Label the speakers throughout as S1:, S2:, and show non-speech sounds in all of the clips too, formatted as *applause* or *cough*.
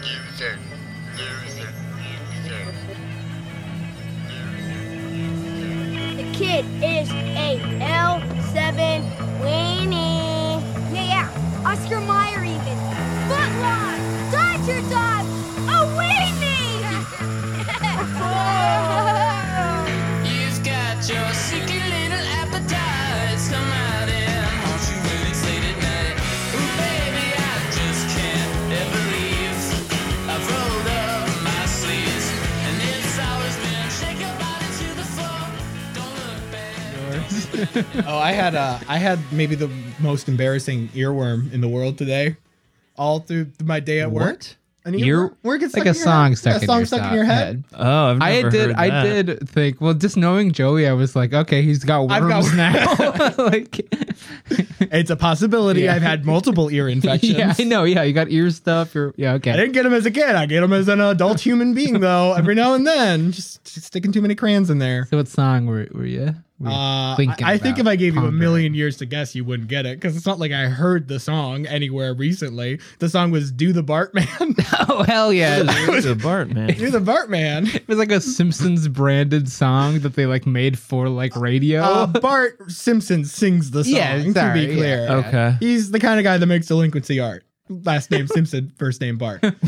S1: Loser. Loser. Loser.
S2: The kid is a L7 Winnie. Yeah, yeah. Oscar Meyer even. Footlong. Dodger Dog. A *laughs* weenie.
S3: You've got your sickly little appetite. Somehow then, won't you really sleep at night? Ooh, baby, I just can't ever leave. I've rolled up my sleeves, and it's always been shake your body to the floor. Don't look back.
S4: Oh, I had uh, I had maybe the most embarrassing earworm in the world today. All through my day at work.
S5: What?
S4: An
S5: Ear-
S4: Work is
S5: Like a song
S4: a
S5: stuck, in,
S4: song
S5: your
S4: stuck
S5: so-
S4: in your head.
S6: Oh, I've
S5: I
S6: never
S5: did.
S6: heard
S5: I
S6: that.
S5: did think. Well, just knowing Joey, I was like, okay, he's got worms
S4: I've got *laughs*
S5: now. *laughs* like,
S4: It's a possibility.
S5: Yeah.
S4: I've had multiple *laughs* ear infections.
S5: yeah, I know. Yeah, you got ear stuff. You're, yeah,
S4: I
S5: okay.
S4: didn't get them as a kid. I get them as an adult human being, though. Every now and then, just, just sticking too many crayons in there.
S5: So, what song were, were you? Were you
S4: Uh, I,
S5: thinking
S4: I think
S5: about?
S4: if I gave you a
S5: Ponder.
S4: million years to guess, you wouldn't get it because it's not like I heard the song anywhere recently. The song was "Do the Bartman." *laughs*
S5: Oh hell yeah! it
S6: It's a
S5: *laughs*
S6: Bart, man.
S4: Do the Bartman.
S5: was like a Simpsons branded song that they like made for like radio.
S4: Uh, Bart Simpson sings the song.
S5: Yeah,
S4: to
S5: sorry,
S4: be
S5: yeah.
S4: clear,
S6: Okay.
S4: he's the kind of guy that makes delinquency art. Last name Simpson, *laughs* first name Bart.
S6: *laughs* Oh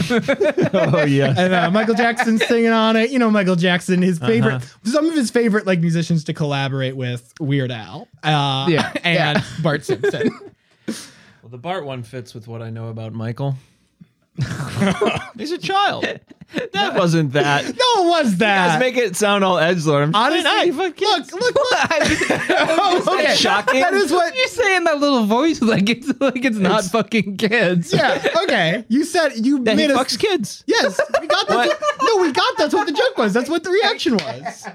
S6: yeah. Uh-huh.
S4: and uh, Michael Jackson's singing on it. You know, Michael Jackson, his favorite, some of his favorite like musicians to collaborate with Weird Al, uh,
S5: Yeah.
S4: and
S6: *laughs*
S4: Bart Simpson.
S6: Well, the Bart one fits with what I know about Michael. *laughs* He's a child. That wasn't that. You
S4: no, it was
S6: guys
S4: that?
S6: make it sound all edgelord. I'm *laughs*
S4: Honestly,
S6: I,
S4: look, look, look.
S6: *laughs*
S4: Oh,
S6: that
S4: okay.
S6: shocking?
S4: That is what.
S5: You're saying that little voice like it's like it's not fucking kids.
S4: *laughs* Yeah. Okay. You said you
S6: that he
S4: made a.
S6: fucks kids.
S4: Yes, we got that. no, we got that's what the joke was. That's what the reaction was.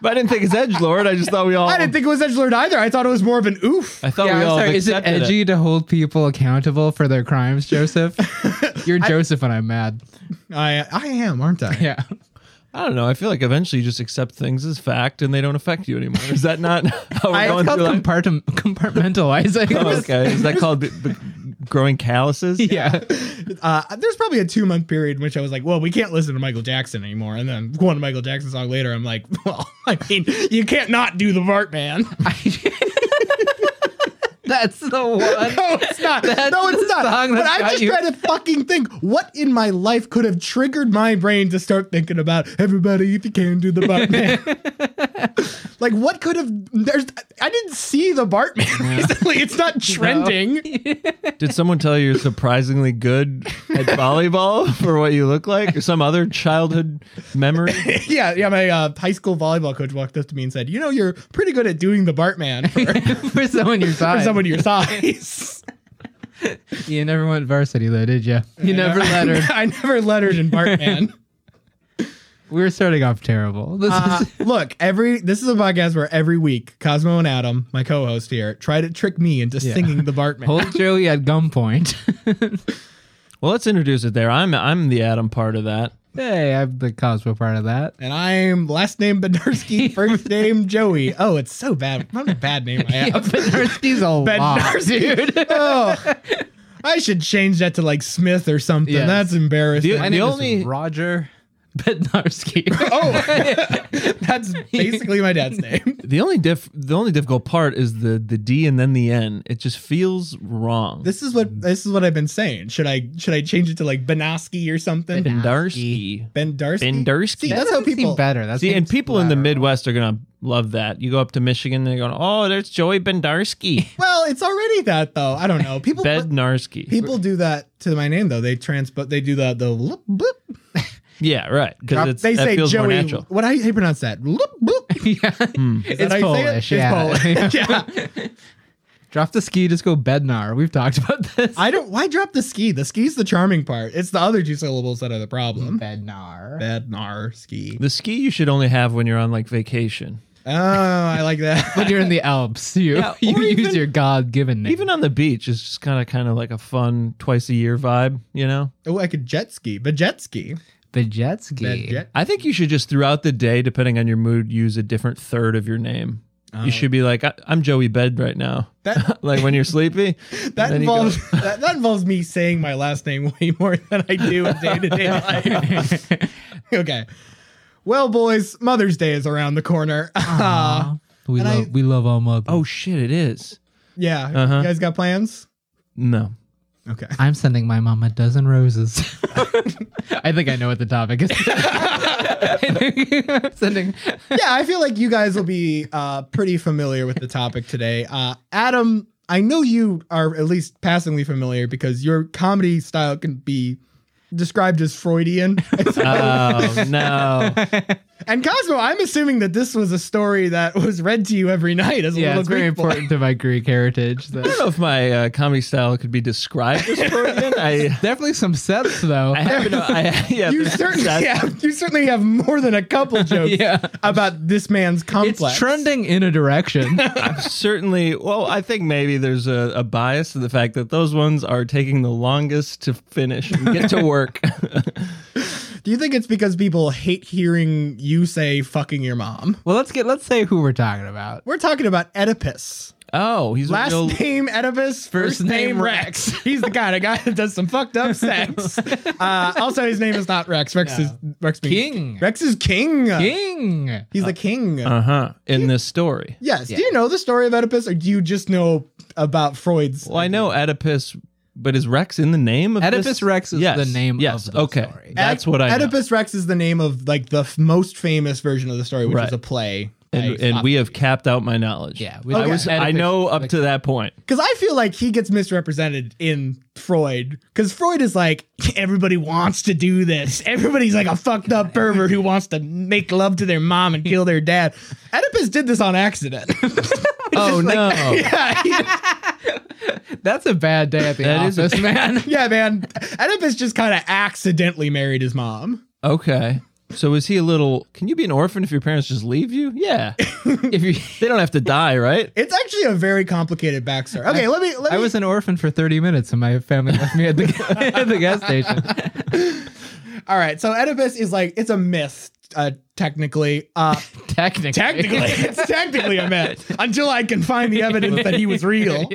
S6: But I didn't think it's edgelord. I just thought we all.
S4: I didn't think it was edgelord either. I thought it was more of an oof.
S6: I thought
S5: Yeah,
S6: we
S5: I'm
S6: all
S5: sorry. Is it *laughs*
S6: accepted
S5: edgy to hold people accountable for their
S4: *laughs*
S5: crimes, Joseph? You're Joseph and I'm mad.
S4: I I am, aren't I?
S5: Yeah.
S6: I don't know. I feel like eventually you just accept things as fact and they don't affect you anymore. Is that not how we're
S5: I, it's
S6: going
S5: called *laughs*
S6: through life?
S5: compartim- compartmentalizing.
S6: Oh, okay. Is that called b- b- growing calluses?
S5: Yeah.
S4: Uh, there's probably a two month period in which I was like, well, we can't listen to Michael Jackson anymore. And then one Michael Jackson song later, I'm like, *laughs* well, I mean, you can't not do the Bart Man.
S5: That's the *laughs* one.
S4: No, it's not.
S5: That's
S4: no, it's
S5: the
S4: not.
S5: song
S4: but
S5: that's
S4: I'm
S5: got
S4: just
S5: you.
S4: trying to fucking think what in my life could have triggered my brain to start thinking about everybody if you can do the Bart Man.
S5: *laughs*
S4: like, what could have? There's. I didn't see the Bart Man recently. It's
S5: *laughs*
S4: not trending.
S6: Did someone tell you you're surprisingly good at volleyball for what you look like? Or some other childhood memory?
S4: Yeah, yeah. My uh, high school volleyball coach walked up to me and said, "You know, you're pretty good at doing the Bart Man for,
S5: *laughs* for someone your *laughs* size.
S4: for someone your size."
S5: You never went varsity though, did you? *laughs* You never lettered.
S4: *laughs* I never lettered in Bartman.
S5: *laughs* We were starting off terrible. *laughs* This
S4: Uh, *laughs*
S5: is
S4: look, every this is a podcast where every week Cosmo and Adam, my co-host here, try to trick me into singing the Bartman.
S5: hold Joey at gunpoint. *laughs*
S6: Well, let's introduce it there. I'm I'm the Adam part of that.
S5: hey, I'm the Cosmo part of that. *laughs*
S4: and I'm last name Bedarsky, first name Joey. Oh, it's so bad. What a bad name I
S5: Yeah, *laughs*
S4: have.
S5: Bednarski's a lot,
S4: Bednarski.
S5: dude.
S4: oh, I should change that to like Smith or something.
S5: Yes.
S4: That's embarrassing.
S6: The-
S5: My
S6: the
S5: name
S6: only-
S5: is Roger Bednarski.
S4: *laughs* oh, *laughs* that's basically my dad's name.
S6: *laughs* The only diff the only difficult part is the the D and then the N. It just feels wrong.
S4: This is what this is what I've been saying. Should I should I change it to like Benosky or something?
S6: Bendarsky.
S4: Bendarsky.
S6: Bendarsky?
S4: See, that's how
S5: Doesn't seem
S4: people.
S5: better. That's
S6: See, and people in the Midwest are gonna love that. You go up to Michigan, they're going, "Oh, there's Joey Bendarsky,
S4: *laughs* Well, it's already that though. I don't know. People *laughs*
S6: Bednarski."
S4: people do that to my name though. They trans but they do the the bloop, bloop.
S6: yeah, right. Because
S4: they
S6: that
S4: say
S6: feels more
S4: Joey. Hmm.
S6: natural.
S4: What how you pronounce that? Bloop, bloop.
S5: *laughs* yeah,
S4: Is that
S5: it's
S4: how you say it?
S5: Polish. Yeah.
S4: It's Polish.
S6: *laughs*
S4: yeah.
S5: drop the ski, just go Bednar. We've talked about this.
S4: I don't. Why drop the ski? The ski's the charming part. It's the other two syllables that are the
S6: Mm.
S4: problem.
S5: Bednar.
S4: Bednar ski.
S6: The ski you should only have when you're on like vacation.
S4: Oh, I like that.
S6: *laughs*
S5: When you're in the Alps, you
S6: Yeah,
S5: *laughs* you
S6: or
S5: use
S6: even-
S5: your God-given name.
S6: Even on the beach, it's just kind of kind of like a fun twice a year vibe, you know.
S4: oh, I could jet ski. But jet ski.
S5: Bejetski.
S4: Bed jet.
S6: I think you should just throughout the day, depending on your mood, use a different third of your name. you should be like, I- I'm Joey Bed right now.
S4: Oh. That-
S6: *laughs* like when you're sleepy.
S4: *laughs* That
S6: then you
S4: involves
S6: *laughs* go-
S4: that, that involves me saying my last name *laughs* way more than I do in day to day
S6: *laughs*
S4: life.
S5: *laughs*
S4: Okay. Well, boys, Mother's Day is around the corner. *laughs* Uh,
S5: we
S4: And I-
S5: love we love our mother.
S6: oh shit, it is.
S4: yeah,
S6: Uh-huh.
S4: you guys got plans? *laughs*
S6: No.
S4: Okay.
S5: I'm sending my mom a dozen *laughs* roses. I think I know what the topic is. I think I'm *laughs* sending.
S4: yeah, I feel like you guys will be uh, pretty familiar with the topic today. Uh, Adam, I know you are at least passingly familiar because your comedy style can be described as
S5: *laughs*
S4: Freudian. *laughs*
S6: Oh no.
S4: and Cosmo, I'm assuming that this was a story that was read to you every night as a
S5: Yeah,
S4: little
S5: it's very
S4: Greek boy.
S5: important to my Greek heritage. that-
S6: I don't know if my uh, comedy style could be described as Freudian. I,
S5: *laughs* Definitely some sets though.
S6: I have no. I, *laughs* yeah,
S4: You *laughs*
S6: there's
S4: certainly,
S6: that-
S4: have, you certainly have more than a
S5: *laughs*
S4: couple jokes
S5: Yeah.
S4: about this man's
S5: It's
S4: complex.
S5: trending in a *laughs* direction.
S6: I'm certainly. Well, I think maybe there's a, a bias to the fact that those ones are taking the longest to finish and get to work.
S4: Do you think it's because people hate hearing you say "fucking your mom"?
S5: well, let's get let's say who we're talking about.
S4: We're talking about Oedipus.
S6: *laughs* oh, he's
S4: Last
S6: a real.
S4: name Oedipus, first,
S5: First
S4: name,
S5: name
S4: Rex. He's the kind of guy that does some fucked
S5: *laughs*
S4: up sex.
S6: *laughs*
S4: uh, also, his name is not Rex. Rex is Rex means-
S5: King.
S4: Rex is king.
S5: King.
S4: He's the king.
S6: Uh huh. In this story.
S4: yes. Do you know the story of Oedipus, or do you just know about Freud's?
S6: Well, I know Oedipus, but is Rex in the name of
S5: Oedipus
S6: this?
S5: Rex is the name of
S6: Yes.
S5: the
S6: okay.
S5: story.
S6: That's
S4: Oe-
S6: what I. know.
S4: Oedipus Rex is the name of like the f- most famous version of the story, which
S6: Right.
S4: is a play.
S6: and, and we have capped out my knowledge.
S5: Yeah, we-
S6: I
S5: Okay.
S6: was. I know up to that *laughs* point.
S4: because I feel like he gets misrepresented in Freud. Because Freud is like everybody wants to do this. Everybody's like a fucked up pervert who wants to make love to their mom and kill their dad. Oedipus did this on accident. *laughs*
S5: Oh
S6: *laughs*
S5: no,
S4: yeah, he-
S5: that's a bad day at the
S6: That is
S5: office,
S6: a- *laughs*
S5: man.
S4: *laughs* yeah, man. Oedipus just kind of accidentally married his mom.
S6: Okay. So is he a little? Can you be an orphan if your parents just leave you? *laughs* Yeah. if you, they don't have to die, right?
S4: It's actually a very complicated backstory. Okay, let me. Let
S5: I
S4: me
S5: was an orphan for 30 minutes, and my family left me at the, *laughs* at the gas station.
S4: all right. So Oedipus is like it's a myth. Uh, technically, uh, *laughs*
S5: Technically,
S4: technically,
S5: *laughs*
S4: it's technically a myth until I can find the evidence that he was *laughs* real.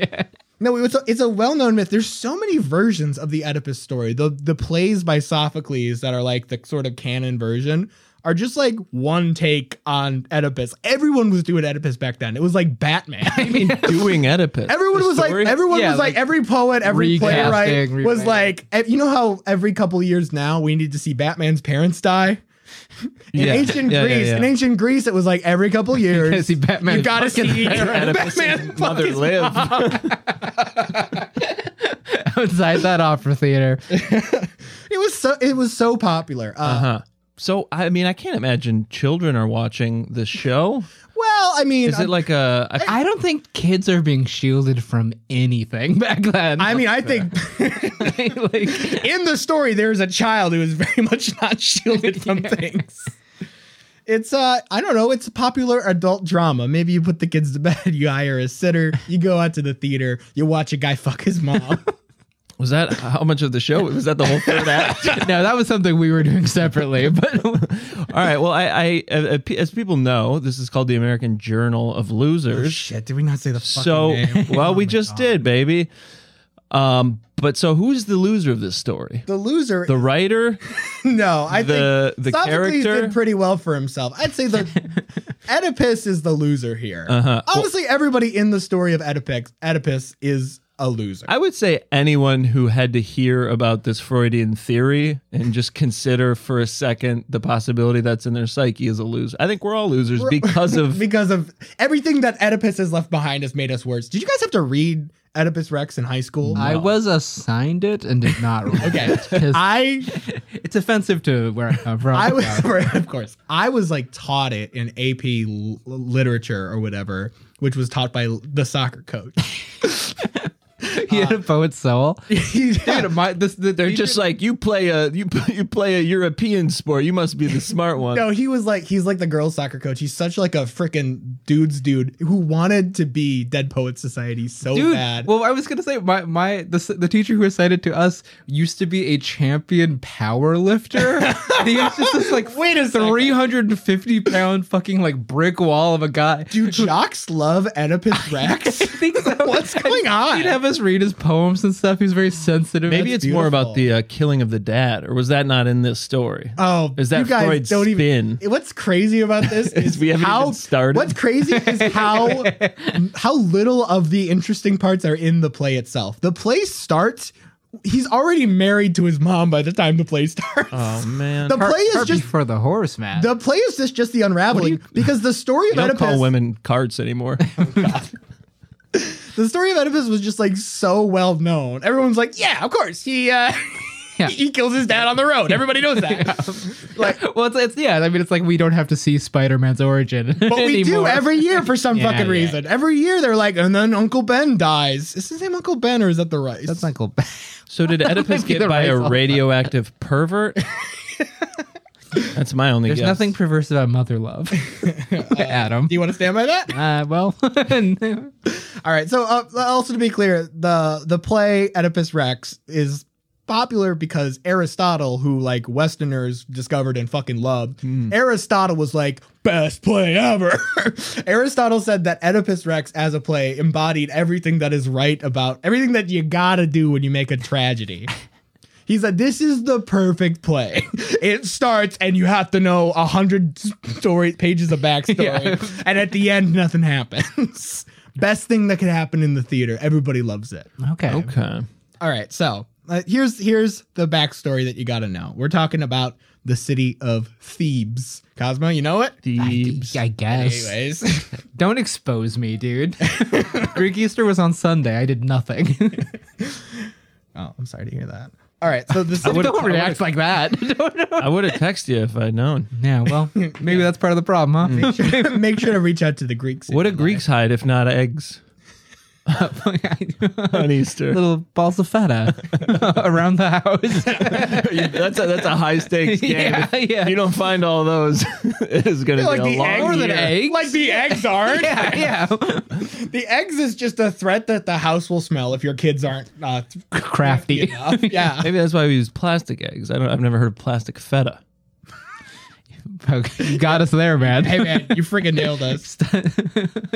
S4: No, it's a, it's a well-known myth. There's so many versions of the Oedipus story. The the plays by Sophocles that are like the sort of canon version are just like one take on Oedipus. Everyone was doing Oedipus back then. It was like *laughs* Batman.
S6: I mean, doing Oedipus.
S4: Everyone
S6: The
S4: was like,
S6: story?
S4: everyone
S5: Yeah,
S4: was like,
S5: like
S4: every poet, every
S5: recasting,
S4: playwright was
S5: rewriting.
S4: like, ev- you know how every couple years now we need to see Batman's parents die. *laughs* In
S6: Yeah.
S4: ancient
S6: Yeah, yeah,
S4: Greece,
S6: yeah.
S4: in ancient Greece, it was like every couple
S5: gotta
S4: years
S5: see
S4: *laughs*
S5: Batman
S4: you gotta
S5: fucking
S4: see
S6: Oedipus's
S4: *laughs* Batman. fuck
S6: mother
S4: his
S6: lived.
S5: outside that opera theater.
S4: It was so it was so popular. Uh,
S6: Huh. Uh-huh. So I mean, I can't imagine children are watching this show.
S4: Well, I mean, uh,
S6: Is it like a? I,
S5: I don't think kids are being shielded from anything back then.
S4: I
S5: *laughs*
S4: mean, I think
S5: like,
S4: in the story there's a child who is very *laughs* much not shielded from things. It's uh, I don't know. It's a popular adult drama. Maybe you put the kids to bed, *laughs* you hire a sitter, you go out to the theater, you watch a guy fuck his mom.
S6: was that how much of the show? Was that the whole
S4: *laughs*
S6: third act?
S5: no, that was something we were doing separately. *laughs* But
S6: All right. Well, I, I uh, as people know, this is called the American Journal of Losers.
S4: Oh, Shit, did we not say the fucking Oh,
S6: so
S4: name?
S5: Oh
S6: well, we just did, baby. Um, but so who's the loser of this story?
S4: The loser.
S6: The writer?
S4: *laughs* no, I
S6: the-
S4: think
S6: the
S4: Sophocles
S6: character?
S4: did pretty well for himself. I'd say
S6: *laughs*
S4: the Oedipus is the loser here. Uh-huh. Honestly, everybody in the story of Oedipus, Oedipus is a loser.
S6: I would say anyone who had to hear about this Freudian theory and just consider for a second the possibility that's in their psyche is a loser. I think we're all losers
S4: *laughs*
S6: because of
S4: because of everything that Oedipus has left behind has made us worse. Did you guys have to read Oedipus Rex in high school? *laughs*
S5: I was assigned it and did not. read
S4: Okay.
S6: *laughs*
S5: *laughs* it 'cause
S4: I
S5: it's offensive to where I come from.
S4: I
S6: *laughs*
S4: was *laughs* of course I was like taught it in AP l- literature or whatever, which was taught by the soccer coach.
S5: he had a poet's *laughs* soul.
S6: Dude, my, this, they're just like you play a you *laughs* p- you play a European sport. You must be the smart one.
S4: No, he was like he's like the girls' soccer coach. He's such like a freaking dude's dude who wanted to be Dead Poets Society so
S5: Dude,
S4: bad.
S5: well, I was gonna say my my the, s- the teacher who assigned it to us used to be a champion
S4: *laughs*
S5: power lifter. and he was just this like
S4: Wait a second.
S5: three hundred and fifty pound fucking like brick wall of a guy.
S6: *laughs*
S4: Do jocks love Oedipus
S5: *laughs*
S4: Rex?
S5: I think so.
S4: What's going on?
S5: He'd have us read his poems and stuff. He was very sensitive.
S6: Maybe it's
S5: That's-
S6: more
S4: beautiful.
S6: about the uh, killing of the dad, or was that not in this story?
S4: Oh,
S6: Is that
S4: you guys
S6: Freud's
S4: don't even,
S6: spin?
S4: What's crazy about
S6: *laughs*
S4: this *laughs* is
S6: we haven't
S4: how
S6: even started.
S4: What's crazy is
S6: *laughs*
S4: how how little of the interesting parts are in the play itself. The play starts. He's already married to his mom by the time the play starts.
S6: oh man,
S4: the play is
S5: Heart
S4: just
S5: before the horse, man.
S4: the play is just just the unraveling
S6: *laughs*
S4: because the story of
S6: you don't
S4: Oedipus
S6: call women
S4: *laughs*
S6: carts anymore.
S4: the story of Oedipus was just like so well known. Everyone's like, yeah, of course he uh, *laughs*
S5: Yeah.
S4: he kills his dad on the road.
S5: *laughs*
S4: Everybody knows that. *laughs* Like,
S5: well, it's, it's yeah. I mean, it's like we don't have to see Spider Man's origin,
S4: but we do every year for some
S5: *laughs* Yeah,
S4: fucking
S5: yeah.
S4: reason. Every year they're like, and then Uncle Ben dies. Is his name Uncle Ben or is that the rice?
S5: That's
S4: *laughs*
S5: Uncle Ben.
S6: so *laughs* did Oedipus
S5: might be
S6: get
S5: the
S6: by
S5: right
S6: a
S5: one.
S6: *laughs* radioactive pervert? That's my only
S5: There's
S6: guess.
S5: nothing perverse about mother
S4: *laughs*
S5: love, *laughs* Adam.
S4: Do you want to stand by that?
S5: Uh, well, *laughs*
S4: All right. So uh, also to be clear, the the play Oedipus Rex is popular because Aristotle, who like Westerners discovered and fucking loved, Aristotle was like best play ever. *laughs* Aristotle said that Oedipus Rex as a play embodied everything that is right about everything that you gotta do when you make a tragedy. He said, "This is the perfect play. *laughs* It starts, and you have to know a hundred story pages of backstory,
S5: *laughs*
S4: and at the end, nothing happens. *laughs* Best thing that could happen in the theater. Everybody loves it.
S5: okay.
S6: Okay.
S4: All right, so uh, here's here's the backstory that you got to know. We're talking about the city of Thebes. Cosmo, you know it.
S5: I,
S6: Thebes.
S5: I guess.
S4: Anyways, *laughs*
S5: Don't expose me, dude. *laughs* Greek Easter was on Sunday. I
S4: *laughs*
S5: did nothing.
S4: oh, I'm sorry to hear that. All right, so
S5: *laughs*
S4: the city.
S5: Don't react like that. *laughs*
S6: I would have texted you if I'd known.
S5: yeah, well, *laughs* maybe that's part of the problem, huh?
S4: Mm. *laughs*
S5: *laughs*
S4: Make sure to reach out to the Greeks.
S6: What do Greeks hide if not eggs on *laughs* Easter?
S5: Little balls of feta *laughs* around the house. *laughs*
S6: that's a, that's a high *laughs* stakes game.
S5: Yeah,
S6: If
S5: yeah.
S6: You don't find all those. *laughs* it is going to be
S4: Like
S6: a
S4: the
S6: long
S4: eggs,
S5: More than
S6: year.
S5: eggs.
S4: like the eggs aren't.
S5: yeah, yeah.
S4: The eggs is just a threat that the house will smell if your kids aren't uh,
S5: *laughs* Crafty.
S4: enough. Yeah.
S6: *laughs*
S5: *laughs*
S6: Maybe that's why we use plastic eggs. I don't. I've never heard of plastic feta.
S5: Okay, you got us there, man.
S4: hey
S5: *laughs*
S4: man, you freaking nailed us.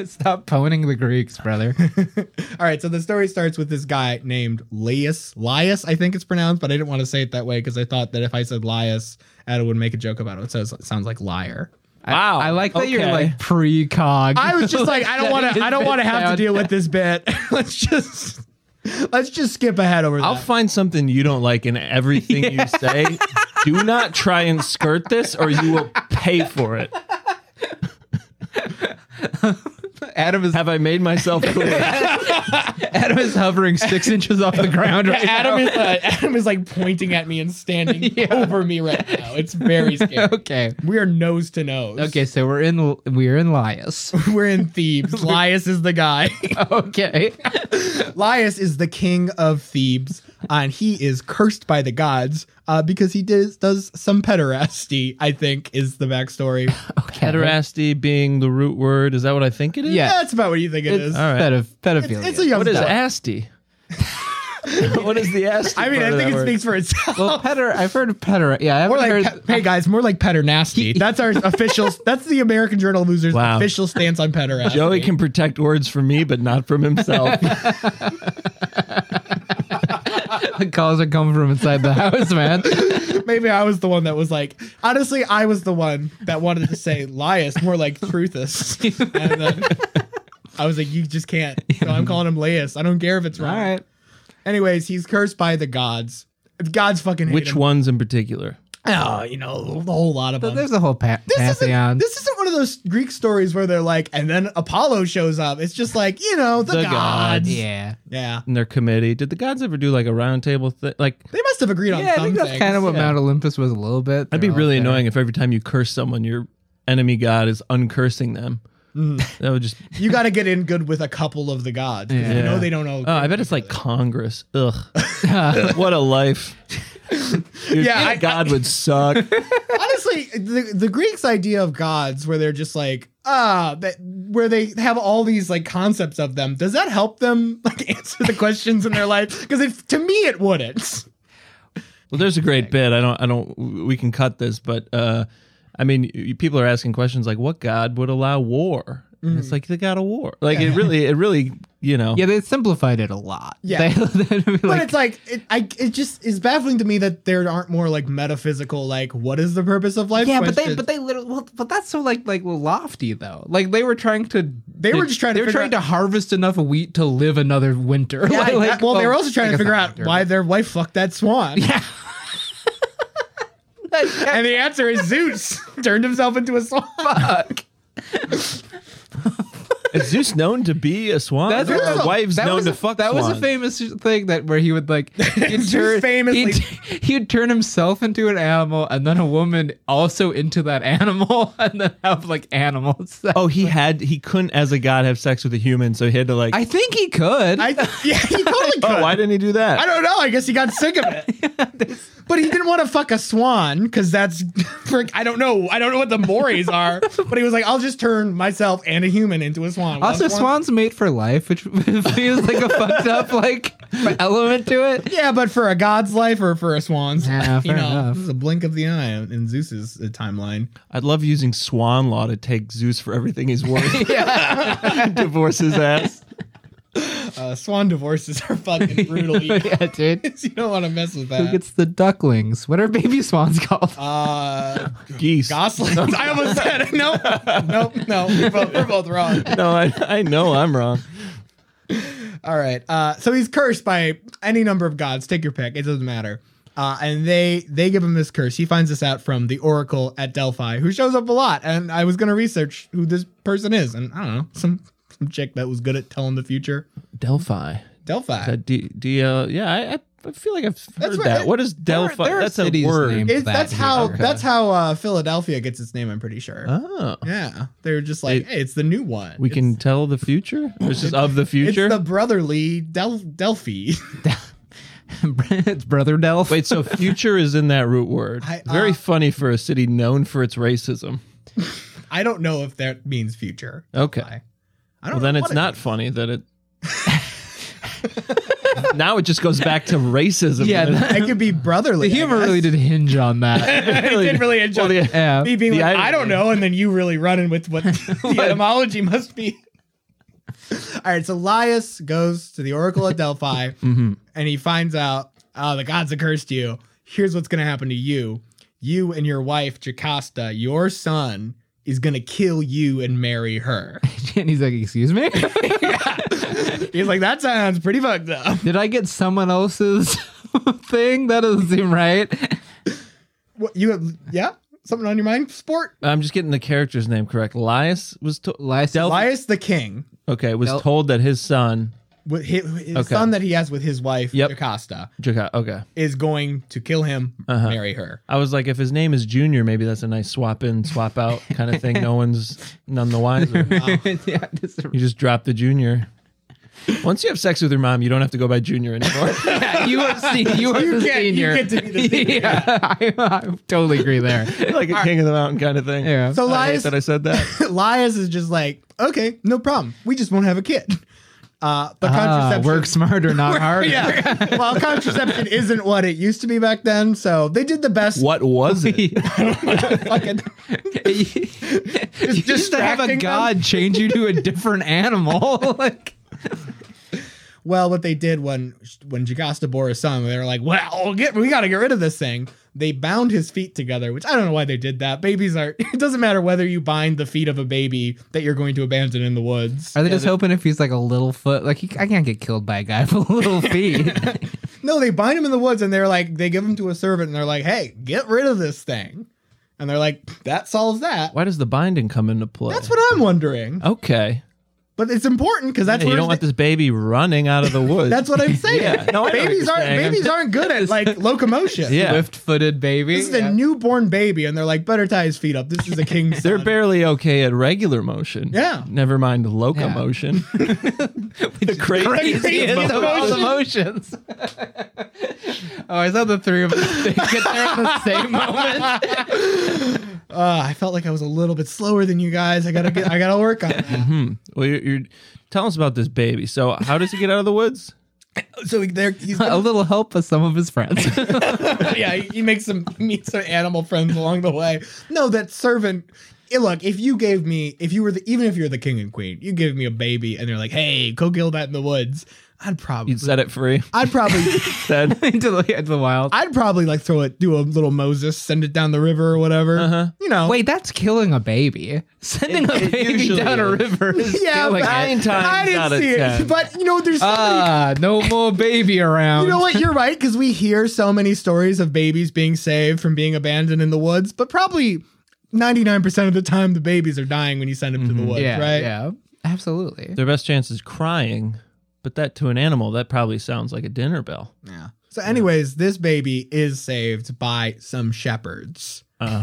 S5: Stop poning the Greeks, brother.
S4: All right, so the story starts with this guy named Laius. Laius, I think it's pronounced, but I didn't want to say it that way because I thought that if I said Laius, Adam would make a joke about it. So it sounds like liar.
S6: Wow.
S5: I like that you're
S6: Okay.
S5: like pre-cog.
S4: I was
S5: *laughs*
S4: just like, I don't want to. I don't want to have to deal with this bit. *laughs* let's just let's just skip ahead over
S6: I'll
S4: that.
S6: find something you don't like in everything *laughs* you say. Do not try and skirt this, or you will pay for it.
S5: Adam is
S6: Have I made *laughs* myself clear?
S5: Adam is hovering six inches off the ground right
S4: Adam
S5: now.
S4: is uh, Adam is like pointing at me and standing
S5: *laughs*
S4: over me right now. It's very scary.
S5: okay.
S4: We are nose to nose.
S5: Okay, so we're in we're in Lias.
S4: *laughs*
S5: *laughs*
S4: We're in
S6: *laughs*
S4: Thebes. Laius is the guy.
S5: okay.
S4: Laius is the king of Thebes, and he is cursed by the gods uh, because he does, does some pederasty, I think, is the backstory.
S6: *laughs*
S5: Okay.
S6: Pederasty being the root word. Is that what I think it is?
S5: Uh-huh. Yeah.
S4: That's about what you think it is.
S6: All right.
S5: Pedoph- pedophilia.
S4: It's, it's a young
S6: What is
S4: boy.
S6: asty? *laughs* what is the asty?
S4: I mean, I
S6: part
S4: think
S6: of that
S4: it
S6: word?
S4: speaks for itself.
S5: well, peder. I've heard of peder. Yeah, I haven't
S4: *laughs* more like,
S5: heard.
S4: pe- hey guys, more like pedernasty. That's our
S6: *laughs*
S4: official. That's the American Journal of Losers
S6: Wow.
S4: official stance on pederasty.
S6: Joey can protect words from me, but not
S4: *laughs*
S6: from himself.
S5: the calls that come from inside the house,
S4: *laughs*
S5: man.
S4: Maybe I was the one that was like, honestly, I was the one that wanted to say Laius, more like Truthus. And then I was like, you just can't. So I'm calling him Laius. I don't care if it's
S5: All
S4: wrong.
S5: right.
S4: Anyways, he's cursed by the gods. The gods fucking hate
S6: Which
S4: him.
S6: ones in particular?
S4: Oh, you know, a whole lot of
S5: So
S4: them.
S5: there's a whole pa-
S4: this isn't,
S5: pantheon.
S4: this isn't one of those Greek stories where they're like, and then Apollo shows up. It's just like, you know, the,
S6: The
S4: gods.
S6: gods.
S5: yeah.
S4: Yeah.
S6: In their committee, did the gods ever do like a round table thing? Like,
S4: They must have agreed on
S5: Yeah, I
S4: some
S5: think that's
S4: things.
S5: kind of what
S6: Yeah.
S5: Mount Olympus was a little bit.
S6: that'd be
S5: They're all
S6: really
S5: there.
S6: annoying if every time you curse someone, your enemy god is uncursing them.
S4: Mm.
S6: That would just.
S4: You got to get in good with a couple of the gods. Yeah. You
S6: Yeah.
S4: know they don't know.
S6: Oh, I bet it's like Congress. Ugh. what
S4: *laughs*
S6: a life. Dude,
S4: Yeah,
S6: being a
S4: I-
S6: God would suck.
S4: Honestly, the, the Greeks' idea of gods, where they're just like ah, that where they have all these like concepts of them. Does that help them *laughs* like answer the questions in their life? Because to me, it wouldn't. *laughs*
S6: Well, there's a great bit. I don't. I don't. We can cut this, but uh, I mean, y- people are asking questions like, "What God would allow war?" And It's like the God of War. Like it really, it really, you know.
S5: Mm-hmm. Yeah, they simplified it a lot.
S4: Yeah.
S5: They- *laughs* they'd be
S4: But
S5: like-
S4: it's like it, I, it just is baffling to me that there aren't more like metaphysical, like what is the purpose of life?
S5: yeah, but they
S4: questions.
S5: but they literally well, but that's so like like lofty though. Like they were trying to
S4: They were just trying to
S5: they were
S4: figure
S5: trying
S4: out-
S5: to harvest enough wheat to live another winter.
S4: Yeah,
S5: *laughs* Like- like,
S4: that- well, they were also
S5: I
S4: trying to
S5: guess
S4: figure
S5: not
S4: out
S5: winter,
S4: why
S5: *laughs* but-
S4: their wife fucked that swan.
S5: *laughs* Yeah.
S4: *laughs* and the answer is Zeus *laughs* turned himself into a swan. *laughs*
S5: Fuck.
S6: Is Zeus known to be a swan?
S5: That's
S6: Or
S5: what-
S6: are wives
S5: that
S6: known
S5: was
S6: to
S5: a-
S6: fuck.
S5: That was a
S6: swans?
S5: famous thing that where he would
S4: *laughs*
S5: like he'd
S4: Zeus
S5: turn
S4: famously-
S5: he'd, he'd turn himself into an animal and then a woman also into that *laughs* animal and then have like animals.
S6: Oh, he had. He couldn't, as a god, have sex with a human, so he had to like.
S5: I think he could.
S4: I, yeah, he totally
S5: *laughs*
S4: could.
S6: oh, why didn't he do that?
S4: I don't know. I guess he got sick of it. but he didn't want to fuck a swan because that's, *laughs* frick, I don't know. I don't know what the mores are. but he was like, I'll just turn myself and a human into a swan. Well,
S5: Also, Swan's made for life, which *laughs* feels like a fucked up like element to
S4: *laughs*
S5: it.
S4: Yeah, but for a god's life or for a swan's
S5: Yeah,
S4: life, you
S5: fair
S4: know,
S5: enough.
S4: this is a blink of the eye in Zeus's uh, timeline.
S6: I'd love using swan law to take Zeus for everything he's worth.
S4: *laughs*
S5: *laughs*
S6: Divorce his ass.
S4: Uh, swan divorces are fucking brutal. you
S5: *laughs* yeah, dude.
S4: guys. *laughs* You don't want to mess with that.
S5: Who gets the ducklings? What are baby swans *laughs* called?
S4: uh,
S6: Geese.
S4: Goslings. I almost said it. Nope. Nope. No. We're both, we're both wrong.
S6: No, I, I know I'm wrong.
S4: All right. Uh, so he's cursed by any number of gods. Take your pick. It doesn't matter. Uh, and they they give him this curse. He finds this out from the oracle at Delphi, who shows up a lot. And I was gonna research who this person is, and I don't know some some chick that was good at telling the future.
S6: Delphi.
S4: Delphi.
S6: That D, D, uh, yeah, I, I- I feel like I've heard
S4: what-
S6: that. What is
S5: are-
S6: Delphi?
S5: there are
S6: That's a
S5: cities
S6: word.
S5: named-
S4: It's-
S5: that
S4: that's
S5: here.
S4: how
S5: Okay.
S4: that's how uh, Philadelphia gets its name. I'm pretty sure.
S6: Oh.
S4: Yeah, they're just like,
S6: It-
S4: hey, it's the new one.
S6: We
S4: It's-
S6: can tell the future? This is of the future?
S4: *laughs* It's the brotherly Del- Delphi. *laughs*
S5: it's Brother Delph.
S6: Wait, so future is in that root word.
S4: I, uh,
S6: Very funny for a city known for its racism.
S4: I don't know if that means future.
S6: Okay.
S4: I
S6: Well,
S4: don't
S6: then
S4: know
S6: it's
S4: what it
S6: not
S4: means.
S6: funny
S4: *laughs*
S6: that it. now it just goes back to racism.
S5: Yeah,
S6: *laughs*
S5: that-
S4: It could be brotherly.
S5: the humor
S4: I guess.
S5: really did hinge
S4: *laughs*
S5: on that.
S4: it did really enjoy
S6: Well, the-
S4: *laughs*
S5: Yeah.
S4: me being
S6: the
S4: like,
S6: item-
S4: I don't know, and then you really running with
S6: *laughs*
S4: what the etymology must be. *laughs* All right, so Laius goes to the Oracle at
S6: *laughs*
S4: Delphi,
S6: Mm-hmm.
S4: and he finds out oh, the gods have cursed you. Here's what's going to happen to you: you and your wife Jocasta, your son is going to kill you and marry
S6: *laughs*
S4: her.
S5: *laughs* and he's like, "Excuse
S4: *laughs*
S5: me,
S4: He's like, that sounds pretty fucked up.
S5: did I get someone else's *laughs* thing? That doesn't seem right."
S4: What you have? Yeah, something on your mind? Sport.
S6: I'm just getting the character's name correct. Laius was to-
S5: Last
S4: Laius the king,
S6: okay was
S5: Del-
S6: told that his son
S4: with his, his
S6: Okay.
S4: son that he has with his wife
S6: Yep.
S4: Jocasta,
S6: Jaca- okay
S4: is going to kill him,
S6: Uh-huh.
S4: marry her.
S6: I was like, if his name is Junior, maybe that's a nice swap in, swap *laughs* out kind of thing. No one's none the wiser.
S5: *laughs* yeah, this is-
S6: You just drop the Junior. Once you have sex with your mom, you don't have to go by Junior anymore. *laughs*
S5: yeah, you have seen. *laughs* You
S4: *laughs*
S5: are
S4: You
S5: the
S4: get- you
S5: senior.
S4: get to be the senior.
S5: *laughs* yeah, I, I totally agree there.
S6: like a king of the mountain kind of thing.
S5: Yeah.
S4: So
S6: I hate
S4: Laius,
S6: that I said that.
S4: Laius is just like, okay, no problem. We just won't have a kid. Uh, but
S5: Ah,
S4: contraception
S5: work smarter, not harder. *laughs*
S4: Yeah. *laughs* well, contraception isn't what it used to be back then, so they did the best. *laughs*
S6: *laughs* What was it?
S5: *laughs*
S6: *laughs*
S4: Fucking,
S5: you used to have
S4: distracting
S5: a
S4: them?
S5: god change you to a different animal. *laughs* like,
S4: well, what they did when when Jagasta bore his son, they were like, "Well, we'll get, we got to get rid of this thing." They bound his feet together, which I don't know why they did that. Babies are. *laughs* It doesn't matter whether you bind the feet of a baby that you're going to abandon in the woods.
S5: are they just hoping if he's like a little foot, like he, I can't get killed by a guy with *laughs* little feet?
S4: No, they bind him in the woods and they're like, they give him to a servant and they're like, hey, get rid of this thing. And they're like, that solves that.
S6: Why does the binding come into play?
S4: That's what I'm wondering.
S6: Okay.
S4: But it's important because that's
S6: you
S4: where
S6: don't want this baby running out
S4: *laughs*
S6: of the woods.
S4: that's what I'm saying.
S6: *laughs* Yeah, no, I know what
S4: babies
S6: you're
S4: aren't
S6: saying. I'm
S4: babies aren't good at
S6: *laughs*
S4: like locomotion.
S6: Yeah.
S5: Swift-footed baby.
S4: This is a newborn baby, and they're like, better tie his feet up. This is a king's
S6: *laughs* They're
S4: son.
S6: barely okay at regular motion.
S4: Yeah.
S6: Never mind locomotion.
S4: *laughs*
S6: *laughs* the craziest
S4: craziest
S6: of
S5: of all
S6: all
S5: emotions. *laughs* oh, I saw the three *laughs* of us get there at the same moment. *laughs*
S4: Uh, I felt like I was a little bit slower than you guys. I gotta get, I gotta work on that.
S6: *laughs* Well, you're, you're, tell us about this baby. So, how does he get out of the woods? *laughs*
S4: So there, he's
S5: a little help with some of his friends. *laughs*
S4: yeah, he he makes some meets some animal friends along the way. No, that servant. eh, Look, if you gave me, if you were the, even if you're the king and queen, you give me a baby, and they're like, "Hey, go kill that in the woods." I'd probably,
S6: You'd set it
S4: *laughs*
S6: free.
S4: I'd probably,
S6: *laughs* Said,
S5: into, the, into the wild.
S4: I'd probably like throw it, do a little Moses, send it down the river or whatever.
S6: Uh-huh.
S4: You know,
S5: Wait, that's killing a baby. *laughs* Sending
S6: It-
S5: a
S6: it
S5: baby
S6: usually
S5: down a
S6: is.
S5: river
S4: *laughs*
S5: is
S4: *laughs* yeah, but
S5: killing it.
S4: I,
S6: Nine times
S4: I
S6: out
S4: didn't
S6: of
S4: see
S6: ten. Uh,
S4: it, but you know, there's so many
S5: Ah,
S4: *laughs*
S5: no more baby around.
S4: You know what? You're right because we hear so many stories of babies being saved from being abandoned in the woods, but probably 99% of the time the babies are dying when you send them to the
S6: Mm-hmm.
S4: woods,
S5: Yeah,
S4: right?
S5: yeah, absolutely.
S6: Their best chance is crying, but that to an animal, that probably sounds like a dinner bell.
S4: So, anyways, this baby is saved by some shepherds.
S6: Uh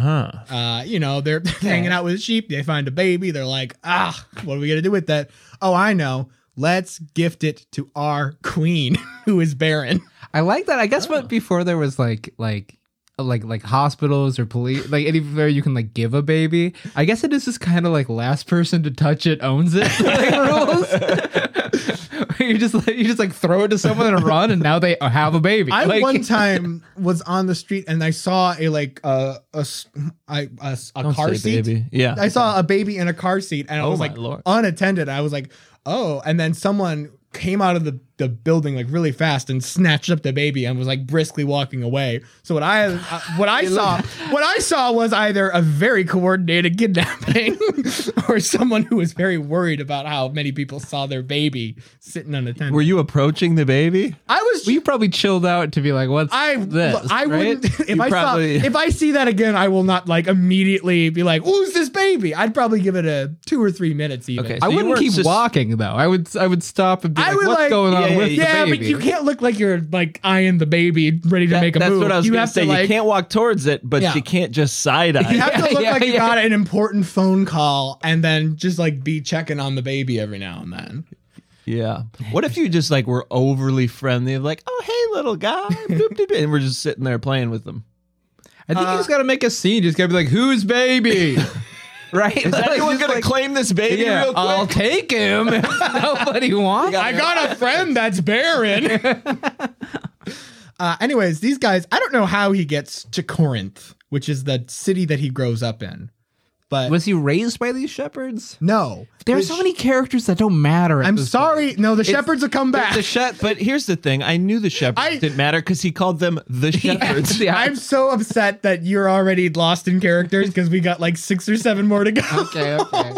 S6: huh.
S4: Uh, you know, they're *laughs* hanging out with sheep. They find a baby. They're like, ah, what are we gonna do with that? Oh, I know. Let's gift it to our queen, *laughs* who is barren.
S5: I like that. I guess
S4: Oh.
S5: what before there was like like like like hospitals or police like anywhere you can like give a baby. I guess it is just kind of like last person to touch it owns it *laughs* like rules. *laughs* you just like you just like throw it to someone and run, and now they have a baby.
S4: I
S5: like,
S6: *laughs*
S4: one time was on the street and I saw a like uh, a s- I- a s- a
S6: Don't
S4: car
S6: say
S4: seat.
S6: baby. Yeah.
S4: I saw a baby in a car seat and it
S6: Oh
S4: was
S6: my
S4: like
S6: Lord.
S4: unattended. I was like, oh. And then someone came out of the, the building like really fast and snatched up the baby and was like briskly walking away. So what I uh, what I saw what I saw was either a very coordinated *laughs* kidnapping or someone who was very worried about how many people saw their baby sitting unattended.
S6: Were you approaching the baby?
S4: I was
S5: you probably chilled out to be like, "What's
S4: I
S5: this?"
S4: look, I
S5: right?
S4: wouldn't *laughs* if
S6: You
S4: I
S6: probably-
S4: saw if I see that again, I will not like immediately be like, "Who's this baby?" I'd probably give it a two or three minutes even.
S6: Okay.
S5: I
S6: So you
S5: wouldn't
S6: weren't
S5: keep
S6: just-
S5: walking though. I would I would stop and be
S4: I
S5: like,
S4: would,
S5: "What's
S4: like-
S5: going on
S6: Yeah,
S5: with
S4: yeah,
S5: the
S4: but
S5: baby?"
S4: you can't look like you're like eyeing the baby, ready to
S6: That-
S4: make a
S6: that's
S4: move.
S6: what I was
S4: you
S6: going
S4: have
S6: to say.
S4: like,
S6: you can't walk towards it, but
S4: Yeah.
S6: you can't just side eye.
S4: You have to look
S5: Yeah,
S4: like you
S5: yeah.
S4: got an important phone call, and then just like be checking on the baby every now and then.
S6: *laughs* Yeah. What if you just like were overly friendly, like, oh hey little guy, Boop, doop, doop, and we're just sitting there playing with them.
S5: I think you just got to make a scene. You just got to be like, "Whose baby?" right?
S4: *laughs*
S6: Is
S5: Like,
S6: anyone
S5: just
S6: gonna
S5: like-
S6: claim this baby
S5: *laughs* Yeah,
S6: real quick?
S5: I'll take him. if *laughs* Nobody wants.
S4: I got a friend that's
S6: *laughs*
S4: barren. uh, anyways, these guys, I don't know how he gets to Corinth, which is the city that he grows up in. But
S5: Was he raised by these shepherds?
S4: no,
S5: There are
S4: The
S5: so
S4: sh-
S5: many characters that don't matter. at
S4: I'm
S5: this
S4: sorry. No, the shepherds will come back. *laughs*
S6: the shep- but here's the thing. I knew the shepherds
S4: I-
S6: didn't matter because he called them
S4: *laughs*
S6: the
S5: point.
S6: shepherds.
S5: Yeah.
S4: I'm so upset that you're already lost in characters because we got like six or seven more to go.
S5: okay. *laughs* Okay.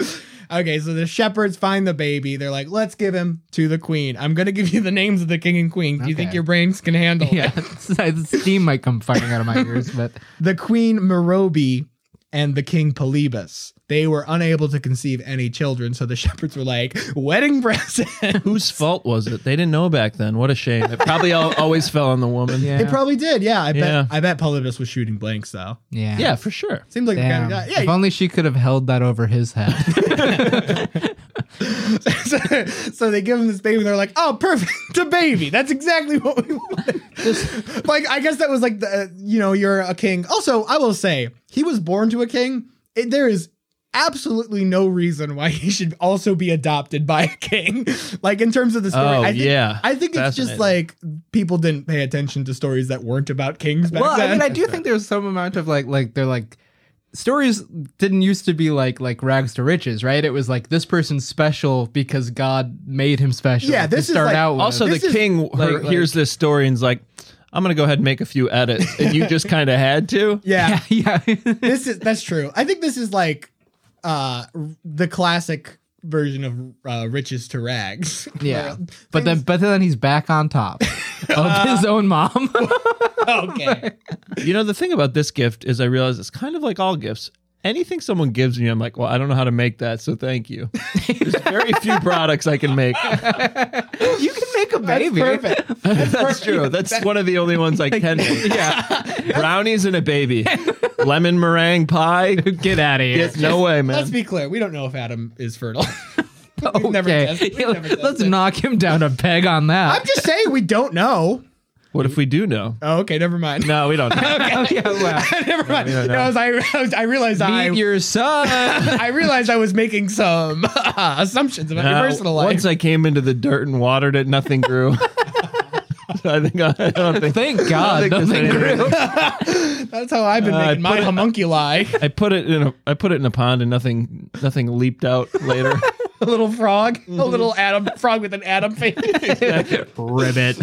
S4: *laughs* Okay, so the shepherds find the baby. They're like, let's give him to the queen. I'm going to give you the names of the king and queen. Do you think
S5: Okay.
S4: your brains can handle it?
S5: Yeah. the steam might come firing out of my ears, but
S4: The queen Merobe and the king Polybus. They were unable to conceive any children, so the shepherds were like, wedding
S5: *laughs*
S4: present.
S6: Whose fault was it? They didn't know back then. What a shame. It probably al- always fell on the woman.
S5: yeah.
S4: It probably did, yeah. I bet
S6: Yeah.
S4: I bet Polybus was shooting blanks though.
S5: yeah.
S6: Yeah, for sure.
S4: Seems like
S5: Damn.
S4: the kind of guy.
S5: if
S4: Yeah,
S5: only she could have held that over his head. *laughs*
S4: so, so they give him this baby. They're like, "Oh, perfect, *laughs* a baby. That's exactly what we wanted." like, I guess that was like the uh, you know you're a king. Also, I will say he was born to a king. It, there is absolutely no reason why he should also be adopted by a king. *laughs* Like in terms of the story,
S6: Oh,
S4: I think,
S6: yeah.
S4: I think it's just
S6: Fascinating.
S4: like people didn't pay attention to stories that weren't about kings back
S5: well,
S4: then. *laughs*
S5: I mean, I do think there's some amount of like, like they're like stories didn't used to be like like rags to riches, right? It was like this person's special because God made him special.
S4: Yeah,
S5: to
S4: this is
S5: start
S4: like-
S5: out with.
S6: Also,
S4: This
S6: the
S4: is-
S6: king her-
S5: like- like-
S6: hears this story and's like, I'm going to go ahead and make a few edits. And you
S4: *laughs*
S6: just kind of had to.
S5: *laughs*
S4: yeah,
S5: yeah.
S4: this is that's true. I think this is like uh r- the classic version of uh, riches to rags.
S5: *laughs*
S4: *laughs*
S5: Yeah,
S4: Where-
S5: but then but then he's back
S4: *laughs*
S5: on top of his own mom.
S4: okay.
S6: You know, the thing about this gift is I realize it's kind of like all gifts. anything someone gives me, I'm like, well, I don't know how to make that, so thank
S4: *laughs*
S6: you. There's very few products I can make.
S5: You can make a baby.
S4: Perfect.
S6: That's, true. That's one of the only ones I
S5: *laughs*
S6: can make.
S5: Yeah.
S6: Brownies and
S5: *laughs*
S6: a baby, lemon meringue pie.
S5: Get out of here.
S6: Yes, no way, man.
S4: Let's be clear. We don't know if Adam is fertile. *laughs* *laughs*
S5: okay.
S4: We've never tested- we've never
S5: Let's
S4: tested.
S5: knock him down a peg on that.
S4: I'm just saying we don't know.
S6: what if we do know?
S4: Oh, okay, never mind.
S6: No, we don't. *laughs* Know.
S5: Oh, *laughs* yeah, wow.
S4: *laughs* never mind.
S6: no, no.
S4: No, as I, *laughs* I, was, I realized *laughs* I,
S5: Meet your
S4: *laughs*
S5: son.
S4: I realized I was making some *laughs* assumptions about
S6: Uh,
S4: your personal life.
S6: Once I came into the dirt and watered it, nothing
S5: *laughs*
S6: grew. *laughs* So I think I don't
S4: *laughs*
S6: think.
S5: Thank *laughs*
S6: I
S5: God.
S6: think there's
S5: Nothing
S6: anything.
S5: grew.
S4: That's how I've been
S6: I
S4: making my
S6: put it-
S4: homunculi. *laughs*
S6: I put it in a I put it in a pond and nothing nothing leaped out later.
S4: a little frog, a little Adam frog with an Adam face.
S5: *laughs* Ribbit.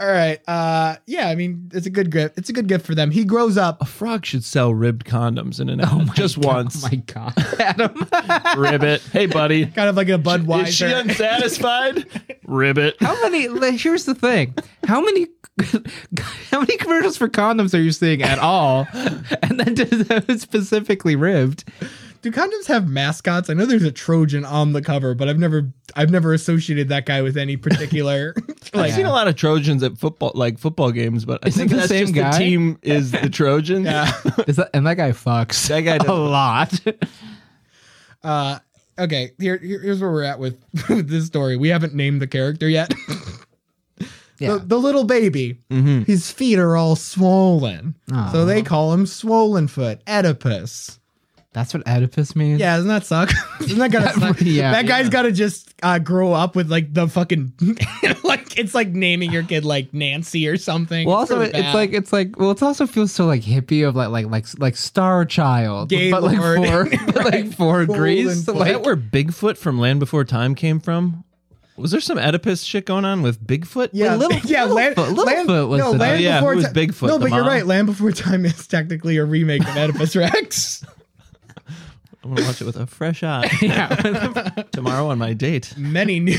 S4: All right. Uh, yeah, I mean, it's a good gift. It's a good gift for them. He grows up.
S6: Frog should sell ribbed condoms in an ad. just once.
S5: Oh my God. Adam.
S6: Ribbit. Hey buddy.
S4: Kind of like a Budweiser.
S6: Is she unsatisfied? Ribbit.
S5: How many? like, Here's the thing. How many? *laughs* How many commercials for condoms are you seeing at all? And then to- specifically ribbed.
S4: Do condoms have mascots? I know there's a Trojan on the cover, but I've never, I've never associated that guy with any
S5: *laughs*
S4: particular. like,
S6: I've seen a lot of Trojans at football like football games, but I
S5: Is it
S6: think
S5: the
S6: that's
S5: same
S6: just
S5: guy?
S6: the team is the Trojans.
S5: Is that, and that guy fucks
S6: That guy does.
S5: a *laughs* lot.
S4: uh, okay. Here, here- here's where we're at with, *laughs* with this story. We haven't named the character yet. *laughs*
S5: Yeah. Mm-hmm.
S4: The, the little baby,
S6: Mhm.
S4: his feet are all swollen,
S5: Aw.
S4: so they call him Swollen Foot, Oedipus.
S5: That's what Oedipus means.
S4: Yeah, doesn't that suck? *laughs* Isn't that
S5: *laughs*
S4: gotta suck?
S5: Yeah.
S4: that guy's
S5: Yeah.
S4: gotta just uh, grow up with like the fucking *laughs* like it's like naming your kid like Nancy or something.
S5: Well, also
S4: really
S5: it's
S4: bad.
S5: like it's like well, it also feels so like hippie of like like like like Star Child,
S4: Gay
S5: but like
S4: lord.
S5: for
S4: *laughs*
S5: but,
S4: Right.
S5: like for
S6: *laughs*
S4: Cool
S5: Greece,
S4: and full.
S6: Is
S5: Oh, like
S6: that where Bigfoot from Land Before Time came from? Was there some Oedipus shit going on with Bigfoot?
S4: yeah,
S5: Little-
S4: yeah, Land,
S5: Littlefoot- Littlefoot was
S4: no,
S5: the-
S4: Land
S6: Oh, yeah,
S4: before
S6: who was
S4: Ti-
S6: Bigfoot,
S4: No,
S6: the
S4: but you're
S6: mom?
S4: right. Land Before Time is technically a remake of
S6: *laughs*
S4: Oedipus Rex.
S6: I'm gonna watch it with a fresh eye
S5: *laughs* *laughs* yeah,
S6: tomorrow on my date.
S4: Many new,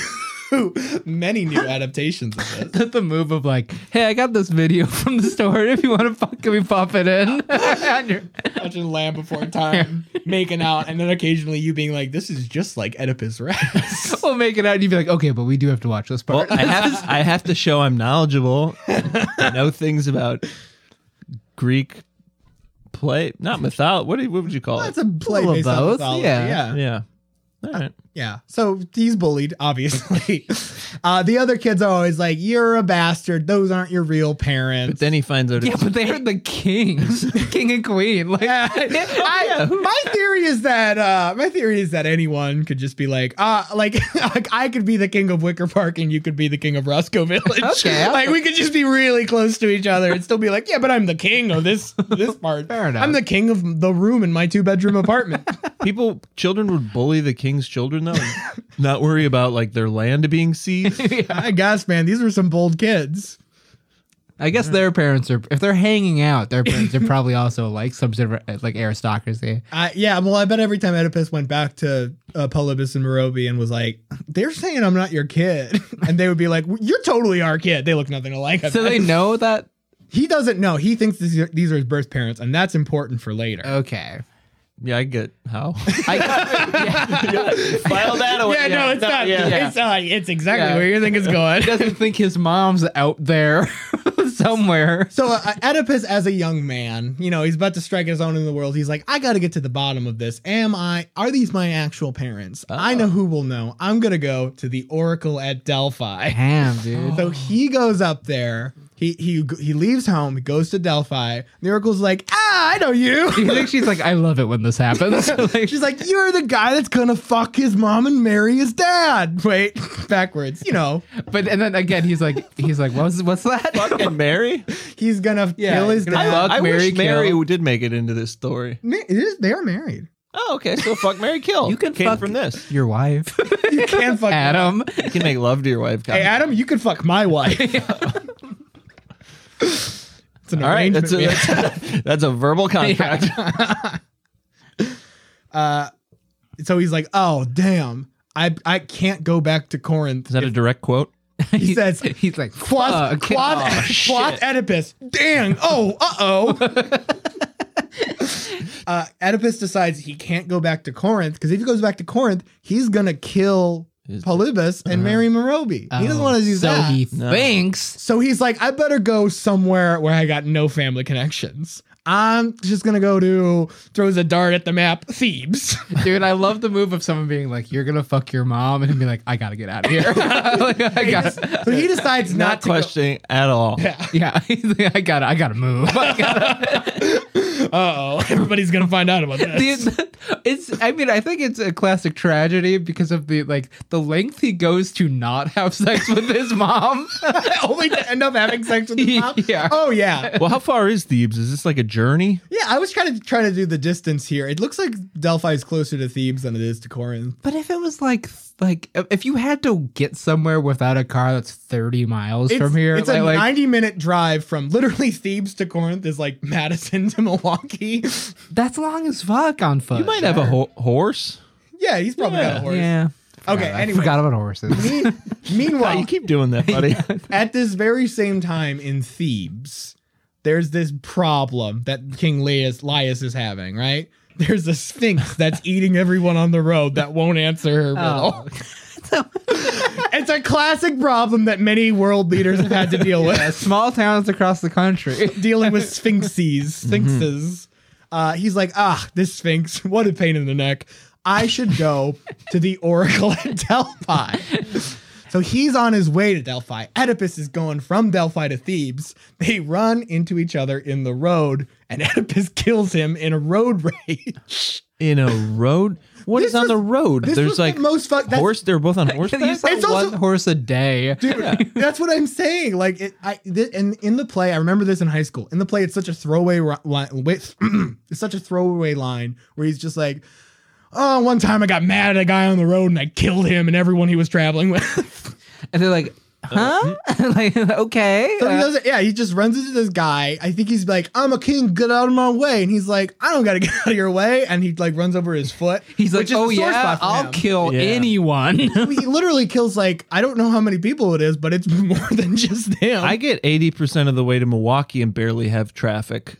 S4: *laughs* many new adaptations of this.
S5: the, the move of like, hey, I got this video *laughs* from the store. If you want to fuck, can we pop it in? *laughs* And you're-
S4: Watching Land Before Time, making out, and then occasionally you being like, "This is just like Oedipus Rex."
S5: *laughs* we'll make it out, and you'd be like, okay, but we do have to watch this
S6: Well,
S5: part.
S6: I have I have to show I'm knowledgeable, I know things about Greek play, not mythology. What, do you, what would you call it?
S4: *laughs* That's a play
S5: Well,
S4: based on
S5: both,
S4: mythology,
S5: yeah.
S4: yeah.
S6: yeah. All right.
S4: Yeah. So he's bullied, obviously. *laughs* uh, the other kids are always like, "You're a bastard. Those aren't your real parents."
S6: But then he finds out.
S5: yeah,
S6: it's-
S5: but they're the *laughs* kings, king and queen. Like,
S4: Yeah.
S5: *laughs*
S6: *laughs*
S4: I- my theory is that uh, my theory is that anyone could just be like, uh, like, *laughs* like I could be the king of Wicker Park and you could be the king of Roscoe Village. *laughs*
S5: Okay.
S4: like we could just be really close to each other and still be like, yeah, but I'm the king of this
S5: *laughs*
S4: this part.
S5: Fair enough.
S4: I'm the king of the room in my two bedroom
S5: *laughs*
S4: apartment.
S6: people, children would bully the king's children though, and not worry about like their land being seized. *laughs*
S4: I guess, man, these were some bold kids.
S5: I guess their parents are if they're hanging out, their parents are probably also like some sort of uh, like aristocracy.
S4: I yeah, well, I bet every time Oedipus went back to uh, Polybus and Merope and was like, "They're saying I'm not your kid," *laughs* and they would be like, "Well, "You're totally our kid." They look nothing alike. I
S5: So
S4: bet.
S5: they know that.
S4: he doesn't know. He thinks these are, these are his birth parents, and that's important for later.
S5: Okay.
S6: yeah, I get *laughs* how.
S5: I, *laughs*
S6: File that away.
S4: Oh, yeah, no, it's not.
S6: Yeah.
S5: yeah.
S4: It's uh, it's exactly
S5: Yeah.
S4: where you *laughs* think it's going.
S5: he doesn't think his mom's out there *laughs* somewhere.
S4: So uh, Oedipus, as a young man, you know, he's about to strike his own in the world. He's like, I got to get to the bottom of this. Am I? Are these my actual parents? I know who will know. I'm gonna go to the Oracle at Delphi.
S5: Damn, dude.
S4: So he goes up there. He he he leaves home. He goes to Delphi. The oracle's like, ah, I know
S5: You
S4: *laughs* you.
S5: think she's like, I love it when this happens. *laughs* Like,
S4: She's like, you're the guy that's gonna fuck his mom and marry his dad. *laughs* Wait, backwards. You know,
S5: but and then again, he's like, he's like, what's what's that?
S6: Fucking Mary.
S4: he's gonna
S5: Yeah,
S4: kill his
S5: he's gonna
S4: dad.
S5: fuck
S6: I
S5: Mary,
S6: wish Mary
S5: kill.
S6: did make it into this story.
S4: Ma- it is- they are married.
S6: Oh, okay. So fuck Mary kill.
S5: You can
S6: came
S5: fuck-
S6: from this.
S5: Your *laughs* wife,
S4: You can fuck
S5: Adam.
S6: You can make love to your wife.
S4: Hey, Adam, you could fuck my wife. it's an
S6: All right,
S4: arrangement.
S6: that's a,
S4: we have.
S6: that's, a, *laughs* that's a verbal contract.
S4: so he's like, oh damn, I I can't go back to Corinth.
S6: Is that a direct quote?
S5: He
S4: says-
S5: he's like,
S4: Quoth,
S5: fuck.
S4: quoth,
S5: Oh,
S4: quoth
S5: shit. *laughs*
S4: Oedipus. Dang. Oh, uh oh. uh, Oedipus decides he can't go back to Corinth because if he goes back to Corinth, he's gonna kill
S6: His-
S4: Polybus and marry Merope. he doesn't want to do
S5: Uh-huh. Oh, so
S4: that.
S5: he
S6: No.
S5: thinks.
S4: so he's like, I better go somewhere where I got no family connections. I'm just gonna go to throws a dart at the map, Thebes. *laughs*
S5: Dude, I love the move of someone being like, "You're gonna fuck your mom," and be like, "I gotta get out of here." *laughs* Like, I gotta,
S4: so he decides not,
S6: *laughs* Not
S4: to go-
S6: questioning at all.
S4: Yeah.
S5: yeah, *laughs* he's like, I gotta, I gotta move. *laughs* I gotta.
S4: Uh oh, *laughs* everybody's gonna find out
S5: *laughs*
S4: about this. *laughs*
S5: The- it's, I mean, I think it's a classic tragedy because of the like the length he goes to not have sex with his *laughs* mom.
S4: Only to end up having sex with his mom.
S5: *laughs* Yeah.
S4: Oh yeah,
S6: Well, how far is Thebes? Is this like a journey?
S4: yeah. I was trying to try to do the distance here. It looks like Delphi is closer to Thebes than it is to Corinth.
S5: But if it was like like if you had to get somewhere without a car that's thirty miles
S4: It's,
S5: from here,
S4: it's
S5: like,
S4: a
S5: like-
S4: 90 minute drive from literally *laughs* Thebes to Corinth is like Madison to Milwaukee. *laughs*
S5: that's long as fuck on foot.
S6: You might have a ho- horse.
S4: yeah, he's probably got a horse.
S5: Yeah.
S4: Okay,
S5: I
S4: anyway.
S5: forgot about horses.
S4: Me-
S6: God,
S4: meanwhile,
S6: you keep doing *laughs* that, buddy.
S4: *laughs* at this very same time in Thebes, there's this problem that King Laius, Laius is having, right? There's a sphinx that's eating everyone on the road that won't answer her riddle. it's a classic problem that many world leaders have had to deal with.
S5: Small towns across the *laughs* country.
S4: *laughs* dealing with sphinxes,
S6: Mm-hmm.
S4: sphinxes. Uh, he's like, ah, this sphinx, *laughs* what a pain in the neck. I should go to the oracle at *laughs* Delphi. So he's on his way to Delphi. Oedipus is going from Delphi to Thebes. They run into each other in the road, and *laughs* Oedipus kills him in a road rage.
S6: In a road? What is
S4: This
S6: on
S4: was-
S6: the road?
S4: this was
S6: There's
S4: the
S6: like
S4: most fuck- that's-
S6: horse. They're both on
S5: you
S6: horseback.
S5: saw
S4: It's
S5: one
S4: also-
S5: horse a day.
S4: *laughs* That's what I'm saying. Like, it, I th- and in the play, I remember this in high school. In the play, it's such a throwaway ri- line. With, *clears throat* it's such a throwaway line where he's just like, "Oh, one time I got mad at a guy on the road and I killed him and everyone he was traveling *laughs* with."
S5: And they're like,
S6: Uh,
S5: huh? *laughs* like, okay.
S4: so he
S5: uh,
S4: doesn't. Yeah, he just runs into this guy. I think he's like, "I'm a king, get out of my way," and he's like, "I don't got to *laughs* get out of your way," and he like runs over his foot.
S5: *laughs* He's like,
S4: which is
S5: oh
S4: the sore
S5: yeah,
S4: spot for
S5: I'll
S4: him.
S5: kill
S6: Yeah.
S5: anyone.
S4: He literally kills like I don't know how many people it is, but it's *laughs* more than just him.
S6: I get 80% of the way to Milwaukee and barely have traffic.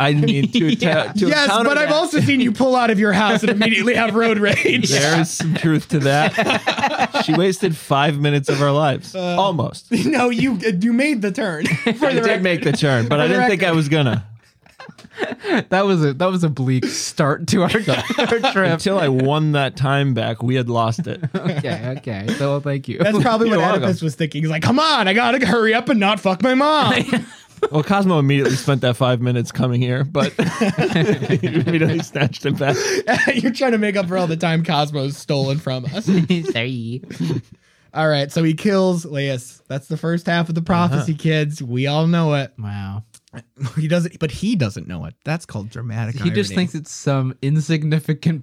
S6: I mean,
S5: *laughs*
S6: to, yeah. to
S4: yes,
S6: encounter
S4: but I've
S6: that-
S4: also seen you pull out of your house and immediately have road rage.
S6: There is some truth to that. she wasted five minutes of our lives.
S4: Uh,
S6: Almost.
S4: No, you you made the *laughs* turn.
S6: I did make the turn, but I
S4: the
S6: didn't think I was going to
S5: that was a that was a bleak start to our, our trip.
S6: until I won that time back. We had lost it.
S5: *laughs* okay, okay. So thank you.
S4: That's probably
S5: *laughs*
S4: what
S6: You're
S4: Oedipus
S6: welcome.
S4: was thinking. He's like, "Come on, I gotta hurry up and not fuck my mom."
S5: *laughs*
S4: *laughs*
S6: Well, Cosmo immediately spent that five minutes coming here, but *laughs* he immediately snatched it back.
S4: You're trying to make up for all the time Cosmo's stolen from us. *laughs*
S5: Sorry.
S4: all right, so he kills Laius. That's the first half of the prophecy, kids. We all know it. Uh-huh.
S5: Wow.
S4: *laughs* He doesn't, but he doesn't know it. That's called dramatic.
S5: He just thinks it's some insignificant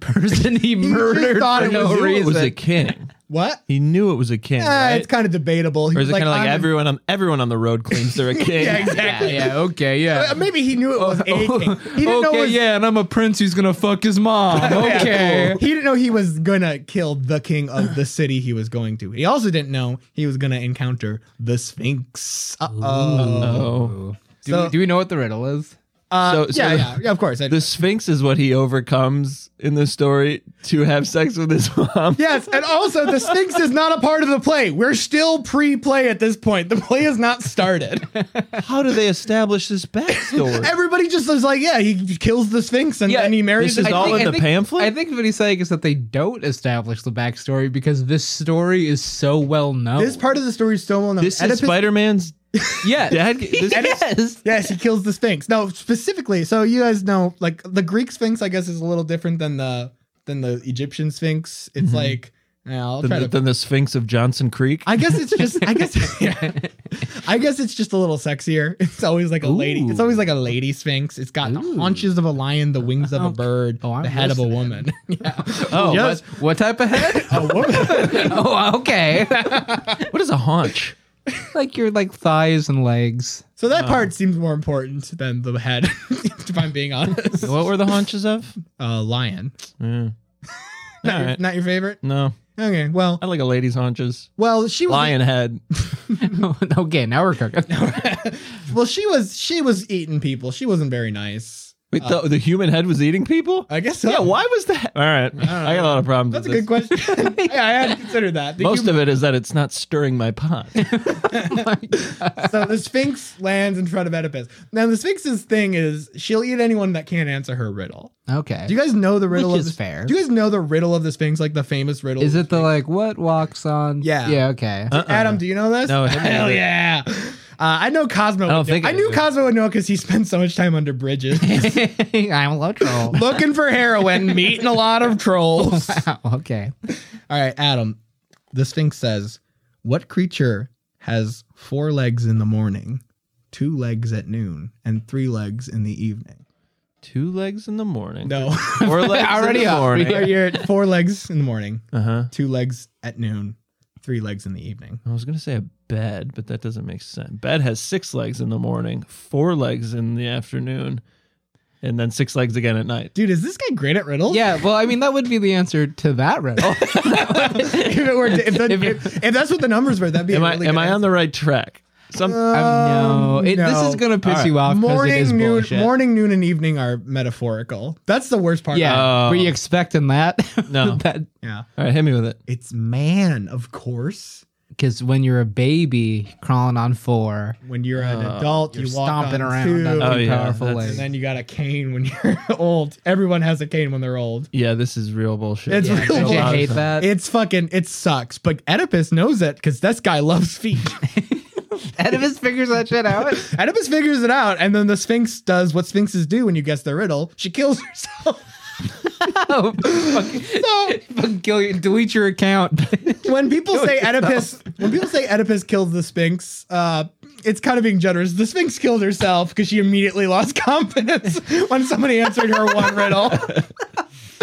S4: *laughs*
S5: person he murdered
S4: thought
S5: for
S4: it
S5: no
S4: was you.
S6: Knew
S5: reason.
S6: it was a king.
S4: what?
S6: He knew it was a king,
S4: Eh,
S6: right?
S4: It's kind of debatable. He
S6: Or is it
S4: was
S6: kind of like
S4: "I'm a-"
S6: everyone on everyone on the road claims they're a
S4: *laughs*
S6: king?
S4: Yeah, exactly.
S5: yeah, yeah, okay, yeah.
S4: Uh, Maybe he knew it
S5: *laughs*
S4: was a king. He didn't
S5: okay,
S4: know it was
S5: yeah, and I'm a prince who's gonna fuck
S4: *laughs*
S5: his mom.
S6: Oh,
S5: Okay.
S4: He didn't know he was gonna kill the king of the city he was going to. He also didn't know he was gonna encounter the Sphinx. Uh-oh.
S6: Oh.
S5: Do,
S4: So-
S5: we, do we know what the riddle is?
S4: Uh,
S6: So- so
S4: yeah,
S6: the-
S4: yeah, yeah, of course. I-
S6: The Sphinx is what he overcomes in the story to have sex with his mom.
S4: yes, and also the Sphinx is not a part of the play. We're still pre-play at this point. The play has not
S6: *laughs*
S4: started.
S6: How do they establish
S4: *laughs*
S6: this backstory?
S4: Everybody just is like, yeah, he kills the Sphinx and
S5: Yeah,
S4: then he marries.
S6: this is
S4: the-
S6: all in the pamphlet?
S5: I think what he's saying is that they don't establish the backstory because this story is so well known.
S4: This part of the story is still well known.
S6: this is
S4: Oedipus-
S6: Spider Man's
S4: *laughs*
S5: yes, *laughs*
S6: dad. This,
S5: yes.
S4: Yes, he kills the Sphinx. No, specifically, so you guys know, like the Greek Sphinx, I guess, is a little different than the than the Egyptian Sphinx. It's like, yeah, I'll try
S6: than,
S4: to.
S6: than Mm-hmm. the Sphinx of Johnson Creek.
S4: I guess it's just. I
S6: *laughs*
S4: guess. *laughs* yeah. I guess it's just a little sexier. It's always like a lady. It's always like a lady Sphinx. It's got the
S5: Ooh.
S4: haunches of a lion, the wings of a bird,
S5: Oh, I'm
S4: the head of a
S5: listening.
S4: woman. *laughs*
S6: *laughs*
S4: yeah,
S6: oh,
S4: yes.
S5: What, what type
S4: *laughs*
S5: of head?
S4: a woman.
S5: *laughs* oh, okay.
S6: what- what is a haunch?
S5: *laughs* like your like thighs and legs.
S4: So that part seems more important than the head, *laughs* if I'm being honest.
S6: *laughs* What were the haunches of?
S4: Uh, lion.
S6: Yeah.
S4: Not,
S6: All
S4: your,
S6: right.
S4: not your favorite.
S6: No,
S4: Okay. Well,
S6: I like a lady's haunches.
S4: well, she was *laughs*
S6: Lion head.
S5: *laughs* okay, now we're cooking.
S4: well, she was she was eating people. She wasn't very nice.
S6: Wait, the, the human head was eating people?
S4: I guess so.
S6: Yeah, why was that? All right. I, got a lot of problems.
S4: That's a
S6: with
S4: good
S6: this. *laughs*
S4: question. yeah, I hadn't considered that. The
S6: Most
S4: human-
S6: of it is that it's not stirring
S4: *laughs*
S6: my pot.
S4: so the Sphinx lands in front of Oedipus. Now the Sphinx's thing is she'll eat anyone that can't answer her riddle.
S5: Okay.
S4: Do you guys know the riddle
S5: Which
S4: of
S5: is
S4: the,
S5: fair.
S4: Do you guys know the riddle of the Sphinx, like the famous riddle?
S5: Is it the like what walks on?
S4: Yeah.
S5: Yeah. Okay.
S6: Uh-uh.
S4: Adam, *laughs* do you know this?
S6: No, I haven't
S4: hell
S6: either.
S4: yeah. Uh, I know Cosmo. I,
S6: don't
S4: would know.
S6: think I
S4: I knew
S6: do.
S4: Cosmo would know because he spent so much time under
S6: *laughs*
S4: bridges,
S5: *laughs* I'm a low troll.
S4: looking for heroin, meeting a lot of
S6: *laughs*
S4: trolls.
S5: Wow, *laughs* okay.
S4: All right, Adam. The Sphinx says, "What creature has four legs in the morning, two legs at noon, and three legs in the evening?"
S6: Two legs in the morning.
S4: No, *laughs*
S6: Four legs
S5: Already
S6: in the
S5: up.
S4: you're,
S6: morning.
S4: you're at four legs in the morning,
S6: Uh-huh.
S4: two legs at noon, three legs in the evening.
S6: I was going to say a bed, but that doesn't make sense. Bed has six legs in the morning, four legs in the afternoon, and then six legs again at night.
S4: Dude, is this guy great at riddles?
S5: Yeah. Well, I mean, that would be the answer to that riddle.
S4: *laughs* if it were, if, that-
S5: *laughs* If it-
S4: if- if that's what the numbers were, that'd be.
S6: Am
S4: a
S6: I
S4: really
S6: am
S4: good
S6: I on the right track? Some
S4: Uh,
S5: Um, no. It, This
S4: no.
S5: is gonna piss
S6: All right.
S5: you off because it is
S4: Morning, noon,
S5: bullshit.
S4: morning, noon, and evening are metaphorical. That's the worst part.
S5: Yeah.
S4: Of
S6: Oh.
S5: Were you expecting that?
S6: No.
S5: *laughs* that
S4: it. yeah.
S6: All right, hit me with it.
S4: It's man, of course.
S5: because when you're a baby crawling on four,
S4: When you're an
S6: Oh,
S4: adult,
S5: Uh, you're
S4: you walk
S5: stomping
S4: on
S5: around
S4: two,
S5: on
S6: Oh,
S5: two
S6: yeah,
S5: powerful
S6: that's-
S5: legs.
S4: and then you got a cane when *laughs* you're old. Everyone has a cane when they're old.
S6: Yeah, this is real bullshit.
S4: It's
S6: Yeah,
S4: real
S5: *laughs*
S6: a
S5: Don't you
S6: lot of
S5: hate
S6: fun.
S5: that?
S4: It's fucking. It sucks, but Oedipus knows it because this guy loves feet.
S5: *laughs* Oedipus figures that shit out.
S4: *laughs* Oedipus figures it out, and then the Sphinx does what Sphinxes do when you guess their riddle. She kills
S5: *laughs*
S4: herself.
S5: oh, fucking,
S4: So
S5: fucking kill you, delete your account. *laughs*
S4: when people say Oedipus, when people say Oedipus killed the Sphinx, uh, it's kind of being generous. The Sphinx killed herself because she immediately lost *laughs* confidence when somebody answered her one riddle. *laughs*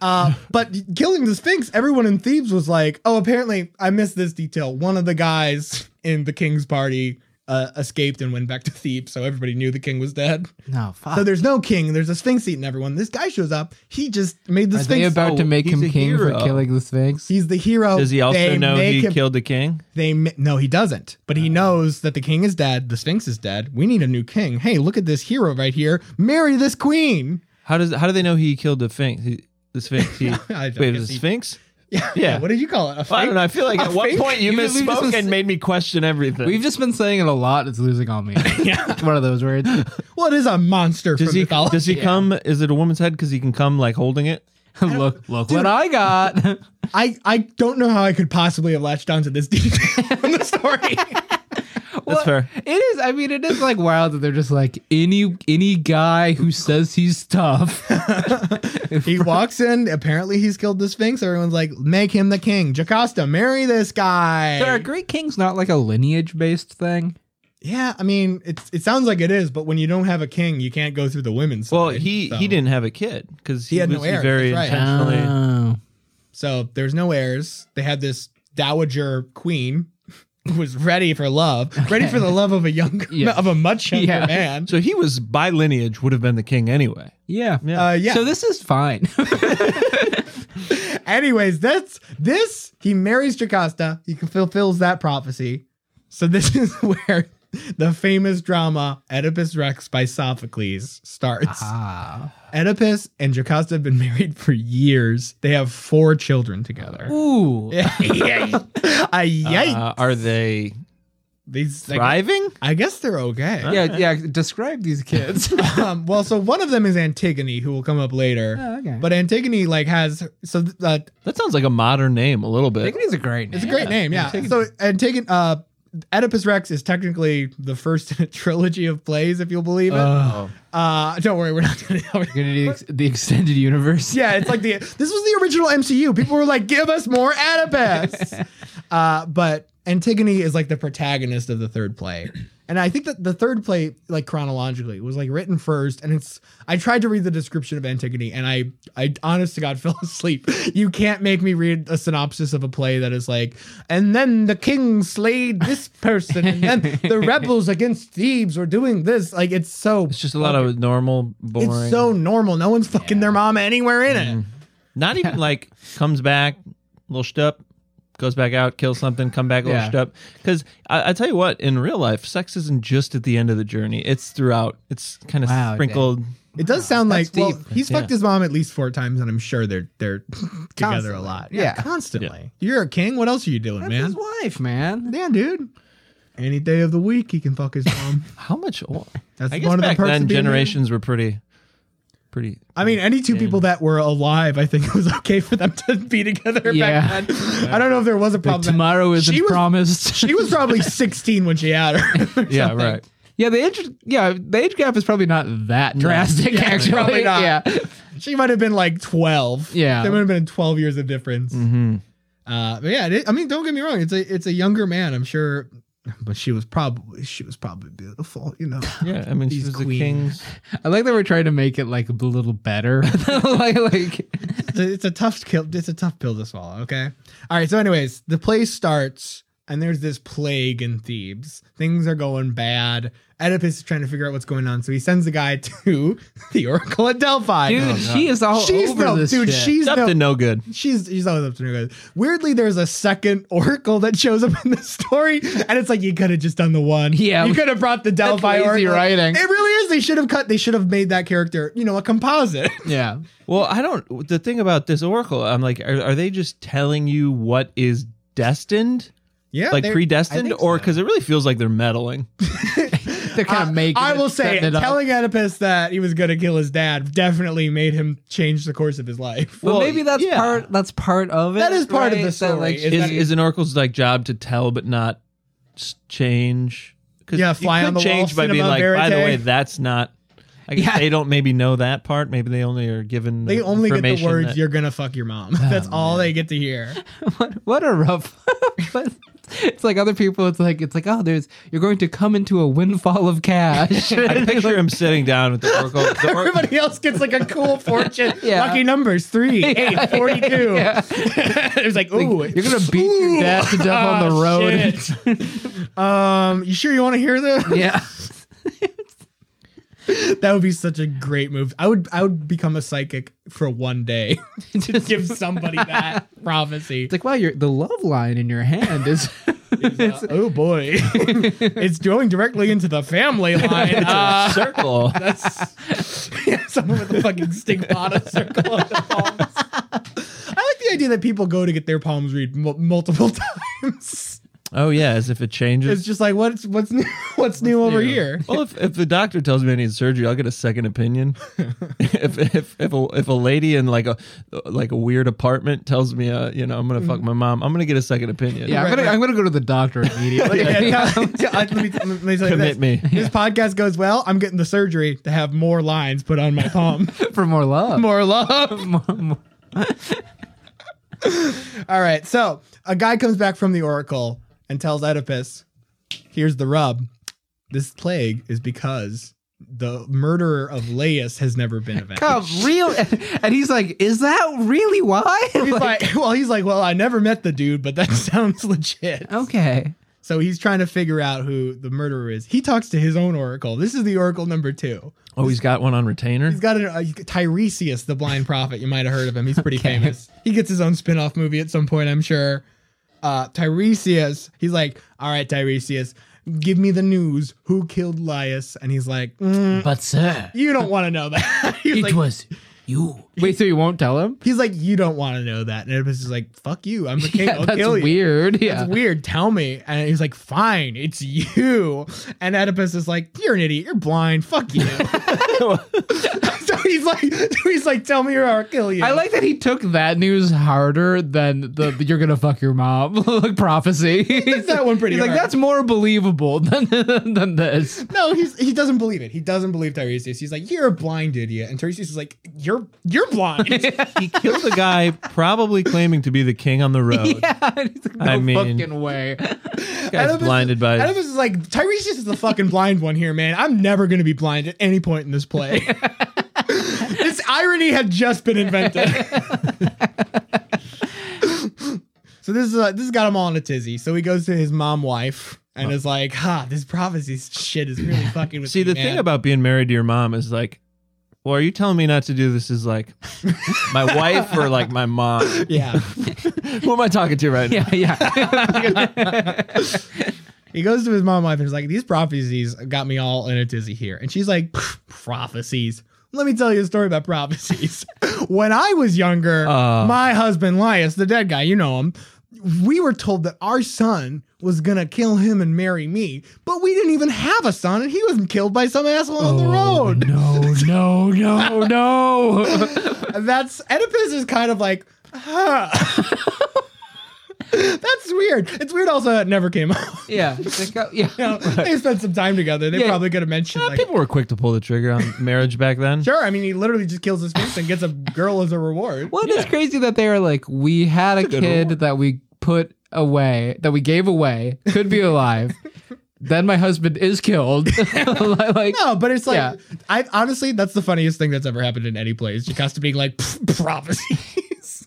S4: Uh, but killing the Sphinx, everyone in Thebes was like, "Oh, apparently I missed this detail. One of the guys in the king's party uh, escaped and went back to Thebes, so everybody knew the king was dead.
S5: no, fuck.
S4: So there's no king. There's a Sphinx eating everyone. This guy shows up. He just made the
S5: Are
S4: Sphinx.
S5: they about to
S6: oh,
S5: make
S6: he's
S5: him
S6: a
S5: king
S6: hero.
S5: for killing the Sphinx?
S4: He's the hero.
S6: Does he also
S4: They
S6: know
S4: make
S6: he
S4: him-
S6: killed the king?
S4: They mi- no, he doesn't. But
S6: Oh.
S4: he knows that the king is dead. The Sphinx is dead. We need a new king. Hey, look at this hero right here. Marry this queen.
S6: How does how do they know he killed the sphinx? He, the sphinx. He,
S4: *laughs* I don't
S6: wait, it
S4: guess
S6: was the
S4: he-
S6: sphinx?
S4: *laughs* Yeah.
S6: Yeah.
S4: What did you call it? A
S6: Well, I don't know. I feel like at what
S4: think-
S6: point you
S5: you- we've just
S6: misspoke
S5: been-
S6: and made me question everything.
S5: We've just been saying it a lot. It's losing on
S4: *laughs*
S5: me. yeah. One of those words.
S4: What is a monster
S6: does
S4: from
S6: he
S4: mythology?
S6: does he come? Is it a woman's head? Because he can come like holding it.
S5: look, look what I got. *laughs*
S4: I I don't know how I could possibly have latched onto this detail *laughs* in the
S6: *laughs*
S4: story.
S5: Well,
S6: fair.
S5: It is. I mean, it is like wild that they're just like any any guy who says he's tough.
S4: *laughs*
S5: *laughs*
S4: he walks in. Apparently, he's killed the Sphinx. Everyone's like, make him the king. Jocasta, marry this guy.
S5: So are great kings not like a lineage based thing?
S4: Yeah, I mean, it's it sounds like it is, but when you don't have a king, you can't go through the women's.
S6: Well,
S4: side,
S6: he
S4: so-
S6: he didn't have a kid because he,
S4: He had no
S6: was
S4: heirs,
S6: very
S4: that's right.
S6: intentionally.
S5: Oh.
S4: So there's no heirs. They had this dowager queen *laughs* who was ready for love, ready for the love of a younger,
S5: *laughs* Yeah.
S4: of a much younger
S5: Yeah. *laughs*
S4: man.
S6: So he was by lineage would have been the king anyway.
S5: Yeah.
S6: Yeah.
S4: Uh, yeah.
S5: So this is
S4: *laughs*
S5: fine.
S4: Anyways, that's this. He marries Jocasta. He can- fulfills that prophecy. So this *laughs* is where the famous drama Oedipus Rex by Sophocles starts.
S5: ah.
S4: Oedipus and Jocasta have been *laughs* married for years. They have four children together. *laughs*
S5: Ooh.
S4: Ay, yay.
S6: Uh, are they
S4: These, I, guess,
S6: thriving?
S4: I guess they're okay.
S5: Yeah, yeah. Describe
S4: *laughs*
S5: these kids.
S4: um, well, so one of them is Antigone, who will come up later.
S5: Oh, okay.
S4: But Antigone like has so uh,
S6: That sounds like a modern name a little bit.
S5: Dignity's a great name.
S4: it's a great name, yeah. So Antigone, uh, Oedipus Rex is technically the first *laughs* in a trilogy of plays, if you'll believe it.
S5: Oh.
S4: uh, don't worry, we're not *laughs* going to.
S5: You're gonna do ex- the extended
S4: *laughs*
S5: universe.
S4: Yeah, it's like the this was the original MCU. People were like, "Give us more Oedipus," uh, but Antigone is like the protagonist of the third play, and I think that the third play, like chronologically, was like written first. And it's I tried to read the description of Antigone, and I I honest to God *laughs* fell asleep. You can't make me read a synopsis of a play that is like, and then the king slayed this person, and then the rebels against Thebes were doing this. Like it's so.
S6: It's just a lot of normal, boring.
S4: It's so normal. No one's fucking their mama anywhere in it.
S6: Not even like comes back, little up, goes back out, kills something, come back, little
S5: Yeah.
S6: up. Because I, I tell you what, in real life, sex isn't just at the end of the journey; it's throughout. It's kind of
S5: Wow,
S6: sprinkled
S4: It does sound like
S5: That's
S4: well,
S5: deep.
S4: he's fucked
S6: Yeah.
S4: his mom at least four times, and I'm sure they're
S5: *laughs*
S4: they're together
S5: Constantly.
S4: a lot.
S5: Yeah.
S4: constantly. You're a king. What else are you doing,
S5: That's
S4: man?
S5: his wife, man.
S4: Damn, dude. Any day of the week, he can
S5: *laughs*
S4: fuck his mom.
S6: How much? o-
S4: That's
S6: I guess
S4: one of the
S6: back
S4: perks
S6: then
S4: of being a man.
S6: generations were pretty, pretty.
S4: I mean, any two people that were alive, I think it was *laughs* okay for them to be together
S5: Yeah.
S4: back then. I don't know if there was a problem.
S5: Tomorrow isn't
S4: She was-
S5: promised.
S4: She
S5: *laughs*
S4: was probably 16 when she had her. *laughs*
S6: yeah, right.
S5: yeah, the age yeah the age gap is probably not that drastic. actually,
S4: probably not.
S5: yeah.
S4: she might have been like 12.
S5: Yeah. Mm-hmm.
S4: There would have been 12 years of difference. Uh, but yeah, it, I mean, don't get me wrong. It's a it's a younger man, I'm sure. But she was probably she was probably beautiful,
S5: *laughs*
S4: you know.
S6: Yeah, I mean, she
S4: These
S6: was
S4: queens. *laughs*
S6: a king's.
S5: I like that we're trying to make it like a little better. *laughs* like, like
S4: it's, a, it's a tough kill. It's a tough pill to swallow. Okay. All right. So, anyways, the play starts, and there's this plague in Thebes. Things are going bad. Oedipus is trying to figure out what's going on, so he sends the guy *laughs* to the Oracle at Delphi.
S5: dude, she is all
S4: she's
S5: over
S4: no
S5: this
S4: dude.
S5: shit.
S4: She's
S6: Up to
S4: no.
S6: no good.
S4: She's she's always up to no good. Weirdly, there's a second *laughs* oracle that shows up in the story, and it's like you could have just done the one.
S5: Yeah.
S4: you could have brought the Delphi
S5: lazy
S4: oracle.
S5: writing.
S4: It really is. They should have cut. They should have made that character, you know, a composite. *laughs*
S5: yeah.
S6: Well, I don't. The thing about this oracle, I'm like, are, are they just telling you what is destined,
S4: Yeah,
S6: like
S4: they're- I
S6: predestined,
S4: think
S6: or
S4: so.
S6: because it really feels like they're meddling?
S5: They're kind
S4: I-
S5: of making.
S4: I
S5: it,
S4: will say,
S5: setting it up.
S4: telling Oedipus that he was going to kill his dad definitely made him change the course of his life.
S5: But
S6: Well,
S5: maybe that's
S6: yeah.
S5: part. That's part of it.
S4: That is part of
S5: right?
S4: the
S5: That,
S4: story.
S5: like,
S4: Is
S5: she-
S6: Is is an oracle's like job to tell but not s- change? 'Cause
S4: Yeah,
S6: you
S4: fly
S6: could
S4: on the wall,
S6: change by being
S4: cinema
S6: like, by the
S4: verite.
S6: way, that's not. I guess
S5: Yeah.
S6: they don't maybe know that part. Maybe they only are given.
S4: They only get the
S6: information
S4: words
S6: that-
S4: "you're gonna fuck your mom." *laughs*
S5: Oh,
S4: That's all they get to hear.
S5: what, what a rough. *laughs* but it's like other people. It's like it's like oh, there's you're going to come into a windfall
S4: *laughs*
S5: of cash. *laughs*
S6: I picture him sitting down with the oracle. The or-
S4: Everybody else gets like a cool fortune.
S5: *laughs* Yeah.
S4: Lucky numbers
S5: *laughs*
S4: three, eight, 42. *laughs* it was like, ooh, ah,
S5: you're gonna beat your dad to death on the road.
S4: road. um, you sure you want to hear this?
S5: *laughs* yeah.
S4: *laughs* That would be such a great move. I would, I would become a psychic for one
S5: *laughs*
S4: day *laughs* to give somebody that prophecy.
S5: It's like wow, your the love line in your hand is. *laughs*
S4: Uh, oh boy, it's going directly into the
S5: *laughs*
S4: family line. Uh,
S6: circle.
S4: yeah, *laughs* someone with a fucking stigmata circle on the palms. I like the idea that people go to get their palms read m- multiple *laughs* times.
S6: oh yeah, as if it changes.
S4: It's just like what's what's new, what's new over here. *laughs*
S6: Well, if, if the doctor tells me I need surgery, I'll get a second opinion. if if if a, if a lady in like a like a weird apartment tells me, uh, you know, I'm gonna fuck
S4: Mm-hmm.
S6: my mom, I'm gonna get a second opinion.
S5: Yeah, I'm gonna I'm gonna go to the doctor immediately.
S4: *laughs* Yeah, no, let me, let me tell you this.
S6: Commit me.
S4: This podcast goes well. I'm getting the surgery to have more lines put on my palm.
S5: *laughs* for more love. *laughs*
S4: more love. All right. So a guy comes back from the Oracle and tells Oedipus, here's the rub. This plague is because the murderer of Laius has never been avenged.
S5: God, real, *laughs* and he's like, "Is that really why?"
S4: He's
S5: *laughs* Like,
S4: like, *laughs* well, he's like, well, I never met the dude, but that *laughs* sounds legit.
S5: okay,
S4: So he's trying to figure out who the murderer is. He talks to his own oracle. This is the oracle number two.
S6: Oh, he's got one on retainer.
S4: He's got a, a Tiresias, the blind prophet. You might have heard of him. He's pretty famous. He gets his own spin-off movie at some point, I'm sure. Uh, Tiresias, he's like, all right, Tiresias, give me the news. Who killed Laius? And he's like, "Mm,
S5: but sir,
S4: you don't want to know that. *laughs* he's, like,
S5: was you. Wait, so you won't tell him?
S4: he's like, you don't want to know that. And Oedipus is like, fuck you. I'm the king.
S5: Yeah,
S4: I'll
S5: that's
S4: kill you.
S5: weird. Yeah,
S4: That's weird. Tell me. And he's like, fine, it's you. And Oedipus is like, you're an idiot. You're blind. Fuck *laughs* you. so he's like, *laughs* so he's like, tell me or I'll kill you.
S5: I like that he took that news harder than the "you're gonna fuck your mom" *laughs* like prophecy.
S4: *laughs*
S5: He's
S4: that one pretty
S5: He's like,
S4: hard.
S5: "That's more believable than *laughs* than this." *laughs*
S4: No, he's he doesn't believe it. He doesn't believe Tiresias. He's like, you're a blind idiot. And Tiresias is like, you're you're *laughs* blind.
S6: he killed a guy probably claiming to be the
S5: *laughs*
S6: king on the
S5: Oh.
S6: road.
S5: Yeah, and he's like, "No
S6: I mean-
S4: *laughs*
S5: fucking way."
S6: This guy's blinded
S4: is,
S6: by.
S4: Oedipus is like, Tiresias is the
S6: *laughs*
S4: fucking blind one here, man. I'm never gonna be blind at any point in this
S6: *laughs*
S4: play. this irony had just been
S6: *laughs*
S4: invented. so this is uh, this got him all in a tizzy. So he goes to his mom wife and is like, ha, this prophecy shit is
S6: *laughs*
S4: really fucking with
S6: See,
S4: me,
S6: the thing
S4: man."
S6: about being married to your mom is like, well, are you telling me not to do this? Is *laughs* like, my wife or like my mom?
S4: Yeah.
S6: Who am I talking to right now?
S5: Yeah,
S4: *laughs*
S5: yeah.
S4: He goes to his mom and wife and is like, These prophecies got me all in a tizzy here. And she's like, "Pff, Prophecies. Let me tell you a story about prophecies. *laughs* when I was younger,
S5: Uh.
S4: my husband Lias, the dead guy, you know him, we were told that our son was gonna kill him and marry me, but we didn't even have a son, and he was killed by some asshole on the road.
S5: Oh, No, no, no, no.
S4: And That's Oedipus is kind of like, huh. *laughs* That's weird. It's weird also that it never came *laughs* out.
S5: *laughs* yeah. it's like, uh,
S4: You *laughs*
S5: yeah.
S4: know, they spent some time together. They
S5: Yeah.
S4: probably could have mentioned like,
S6: People were quick to pull the trigger on marriage back then.
S4: sure. I mean, he literally just kills his niece and gets a girl as a reward.
S5: Well, it's crazy that they are like, we had a, kid that we put away, that we gave away, could
S4: *laughs*
S5: be alive. then my husband is killed. *laughs* like,
S4: No, but it's like
S5: Yeah.
S4: I honestly that's the funniest thing that's ever happened in any place. Jocasta being like *laughs* "Pff, prophecies.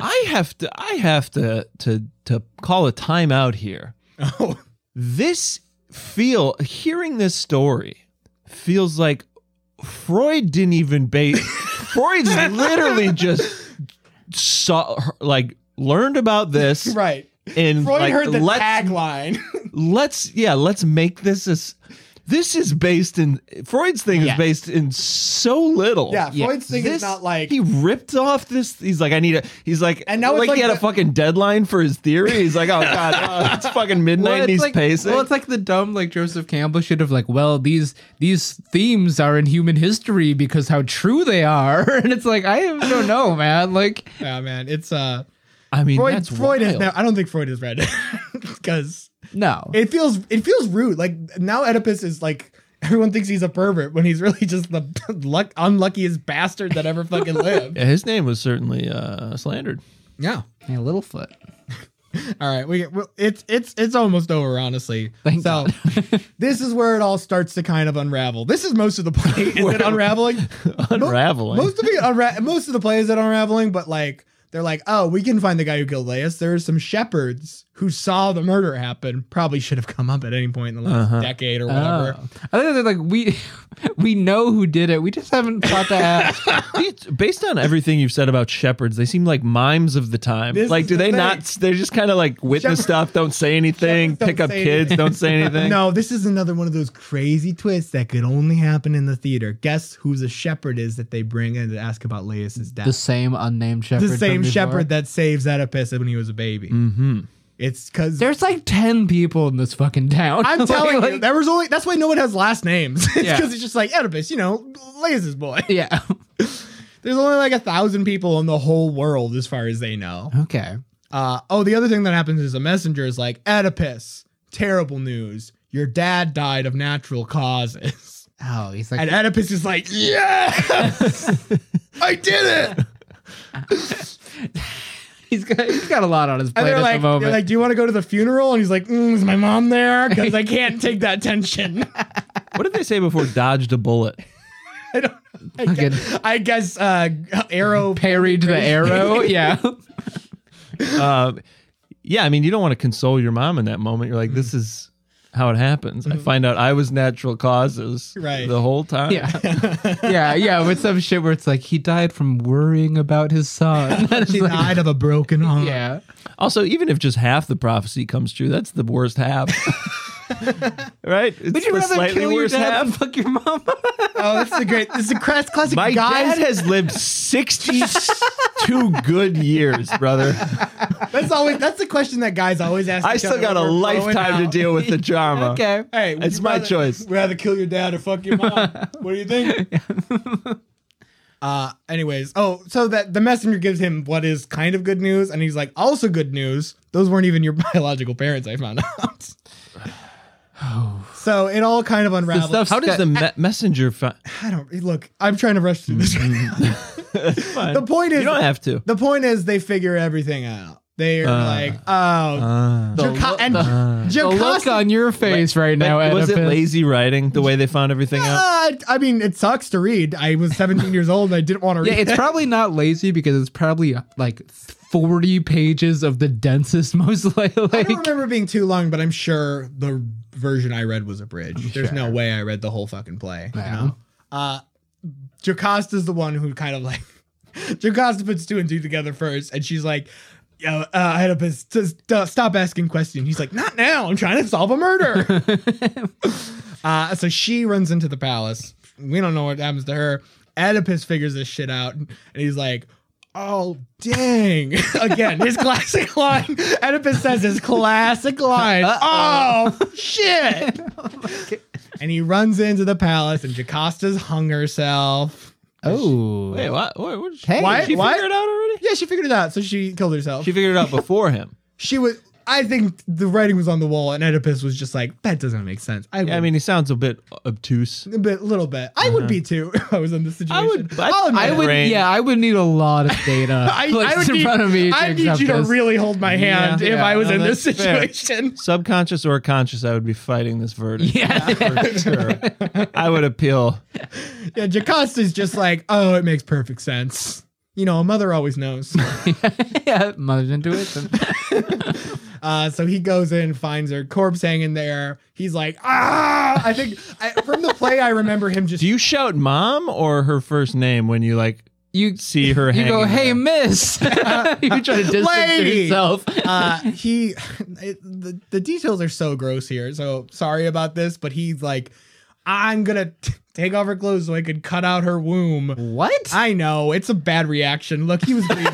S6: I have to I have to to to call a timeout here.
S4: oh,
S6: This feel hearing this story feels like Freud didn't
S4: *laughs*
S6: even bait Freud's literally just saw like learned about this
S4: right.
S6: and
S4: Freud
S6: like,
S4: heard the
S6: let's
S4: tagline.
S6: let's yeah let's make this as this is based in Freud's thing
S5: Yeah.
S6: is based in so little
S4: yeah,
S5: Yeah,
S4: Freud's thing is
S6: This-
S4: not like
S6: he ripped off this. He's like, I need a. He's like,
S4: And now it's
S6: like,
S4: like
S6: he had
S4: the-
S6: a fucking deadline for his theory. He's
S5: *laughs*
S6: like, oh god, oh, it's fucking midnight.
S5: Well,
S6: and
S5: it's
S6: he's
S5: like,
S6: pacing.
S5: well, it's like the dumb like Joseph Campbell should have like, well, these these themes are in human history because how true they are, *laughs* and it's like I don't know, man. Like,
S4: *laughs* Yeah, man, it's uh
S6: I mean,
S4: Freud
S6: that's
S4: Freud is
S6: wild.
S4: now I don't think Freud has *laughs* read it because
S5: no,
S4: it feels it feels rude. Like now Oedipus is like everyone thinks he's a pervert when he's really just the *laughs* luck unluckiest bastard that ever fucking lived.
S6: Yeah, his name was certainly
S5: *laughs*
S6: uh, slandered.
S4: *laughs* yeah.
S5: hey, Littlefoot.
S4: All right, we well, it's it's it's almost over, honestly.
S5: Thank
S4: so
S5: *laughs*
S4: this is where it all starts to kind of unravel. This is most of the play.
S5: *laughs*
S4: Is it unraveling? Mo-
S6: Unraveling.
S4: most of it unra- most of the play is it unraveling, but like they're like, oh, we can find the guy who killed Laius. There are some shepherds who saw the murder happen. Probably should have come up at any point in the last decade or whatever.
S5: Uh-huh. Oh. I think they're like we *laughs* we know who did it. We just haven't thought to ask.
S4: *laughs*
S6: It's- Based on everything you've said about shepherds, they seem like mimes of the time.
S4: This
S6: like,
S4: is
S6: do
S4: the
S6: they
S4: thing.
S6: not? They're just kind of like witness
S4: Shepherd-
S6: stuff. Don't say anything.
S4: Shepherds don't
S6: Pick up
S4: say
S6: kids.
S4: anything.
S6: Don't say
S4: *laughs*
S6: anything.
S4: No, this is another one of those crazy twists that could only happen in the theater. Guess who the shepherd is that they bring in to ask about Laius's death?
S5: the same unnamed shepherd.
S4: the same
S5: from before.
S4: shepherd that saves Oedipus when he was a baby. Mm-hmm. It's because
S5: There's like ten people in this fucking town.
S4: *laughs* I'm
S5: *laughs* Like-
S4: telling you,
S5: like-
S4: there was only that's why no one has last names. *laughs* it's because
S5: Yeah.
S4: it's just like Oedipus, you know, Lazus boy. *laughs*
S5: yeah. *laughs*
S4: There's only like a thousand people in the whole world as far as they know.
S5: Okay.
S4: Uh, oh, the other thing that happens is a messenger is like Oedipus, terrible news. Your dad died of natural causes. *laughs*
S5: Oh, he's like
S4: And Oedipus is like, yes,
S5: *laughs*
S4: I did it.
S5: he's got he's got a lot on his
S4: And
S5: plate
S4: they're
S5: at
S4: like,
S5: the moment.
S4: they're like, do you want to go to the funeral? And he's like, mm, is my mom there? Because I
S6: *laughs*
S4: can't take that tension. *laughs*
S6: What did they say before dodged a bullet?
S4: I don't. I guess,
S5: Fucking-
S4: I guess uh,
S6: *laughs*
S4: arrow.
S5: parried the arrow. Yeah.
S6: Um, yeah, I mean, you don't want to console your mom in that moment. You're like, this is how it happens. I find out I was natural causes
S4: Right.
S6: the whole time.
S5: Yeah. yeah, yeah, with some shit where it's like he died from worrying about his son. *laughs* It's
S4: She
S5: like,
S4: died of a broken arm.
S5: yeah.
S6: Also, even if just half the prophecy comes true, that's the worst half. right? It's
S5: Would you
S6: the
S5: rather
S6: slightly
S5: kill your
S6: worse
S5: dad than
S6: half.
S5: fuck your mom?
S4: Oh, this is a great. This is a crass classic.
S6: My
S4: guys,
S6: dad has lived 62 good years, brother.
S4: that's always that's the question that guys always ask.
S6: I
S4: each
S6: still
S4: other
S6: got a
S4: when we're blowing
S6: lifetime to
S4: out.
S6: deal with the
S5: *laughs* *laughs*
S6: drama.
S5: okay.
S4: Hey, would
S6: It's
S4: you
S6: my
S4: rather-
S6: choice.
S4: *laughs* Rather kill your dad or fuck your
S6: *laughs*
S4: mom. what do you think? uh, anyways, oh, so that the messenger gives him what is kind of good news, and he's like, also good news. Those weren't even your *laughs* biological parents. I found
S6: *sighs*
S4: out. so it all kind of unravels.
S5: stuff's
S6: How does the *laughs* me- messenger fi-
S4: I don't look. I'm trying to rush through this. Right now. *laughs*
S6: Fine.
S4: The point is,
S6: Mm-hmm. You don't have Uh, to.
S4: The point is, they figure everything out. They're like, oh,
S6: uh,
S4: Jaco- and *laughs*
S5: The
S4: Jocasta-
S5: look on your face right
S6: Like,
S5: now,
S6: was it
S5: Oedipus.
S6: lazy writing the way they found everything out?
S4: Uh, I mean, it sucks to read. I was 17 years old. and I didn't want to read.
S5: Yeah, it's
S4: it.
S5: probably not lazy because it's probably like 40 pages of the densest, most *laughs* like.
S4: I don't remember it being too long, but I'm sure the version I read was abridged. There's no way I read the whole fucking play. You
S5: Yeah.
S4: know, uh, Jocasta's the one who kind of like *laughs* Jocasta puts two and two together first, and she's like. Yo, uh, Oedipus, just uh, stop asking questions. He's like, not now. I'm trying to solve a
S5: *laughs*
S4: murder. Uh, so she runs into the palace. We don't know what happens to her. Oedipus figures this shit out, and he's like, "Oh dang!" *laughs* Again, his classic *laughs* line. Oedipus says his classic line. Oh
S6: *laughs*
S4: shit! and he runs into the palace, and Jocasta's hung herself.
S5: Oh.
S6: Wait, what? What? what
S5: Hey.
S4: Why-
S6: Did she
S4: why-
S6: figure it out already?
S4: Yeah, she figured it out, so she killed herself.
S6: She figured it out before him.
S4: she was. I think the writing was on the wall, and Oedipus was just like, "That doesn't make sense." I,
S6: *laughs* Yeah, I
S4: would-
S6: mean, he sounds a bit obtuse.
S4: a bit, little bit. I would be too *laughs* if I was in this situation.
S6: Uh-huh.
S4: Oh,
S6: I would- I-
S4: I'll admit
S5: I
S4: it.
S5: would,
S6: Brain.
S5: yeah, I would need a lot of *laughs* data.
S4: I,
S5: like,
S4: I would
S5: in
S4: need,
S5: front of me. To
S4: I need
S5: accept
S4: you to
S5: this.
S4: really hold my hand
S6: Yeah.
S4: if
S6: Yeah,
S4: I was
S6: no,
S4: in this
S6: that's fair.
S4: situation.
S6: Subconscious or conscious, I would be fighting this
S5: *laughs* *laughs*
S6: verdict.
S5: Yeah.
S6: for sure. I would appeal.
S4: *laughs* Yeah, Jacosta's just like, oh, it makes perfect sense. You know, a mother always
S6: *laughs*
S4: knows.
S5: yeah, mother's intuition. *laughs*
S4: Uh, so he goes in, finds her corpse hanging there. He's like, ah! I think I, from the play, I remember him just.
S6: *laughs* Do you shout mom or her first name when you like
S5: You
S6: see her?
S5: you go,
S6: hanging
S5: hey, *laughs*
S6: there?"
S5: miss. you try to distance
S4: Lady.
S5: *laughs* yourself.
S4: uh, he, *laughs* it, the, the details are so gross here. So sorry about this, but he's like, I'm gonna t- take off her clothes so I could cut out her womb.
S5: What?
S4: I know it's a bad reaction. Look,
S5: *laughs*
S4: he was bleeding.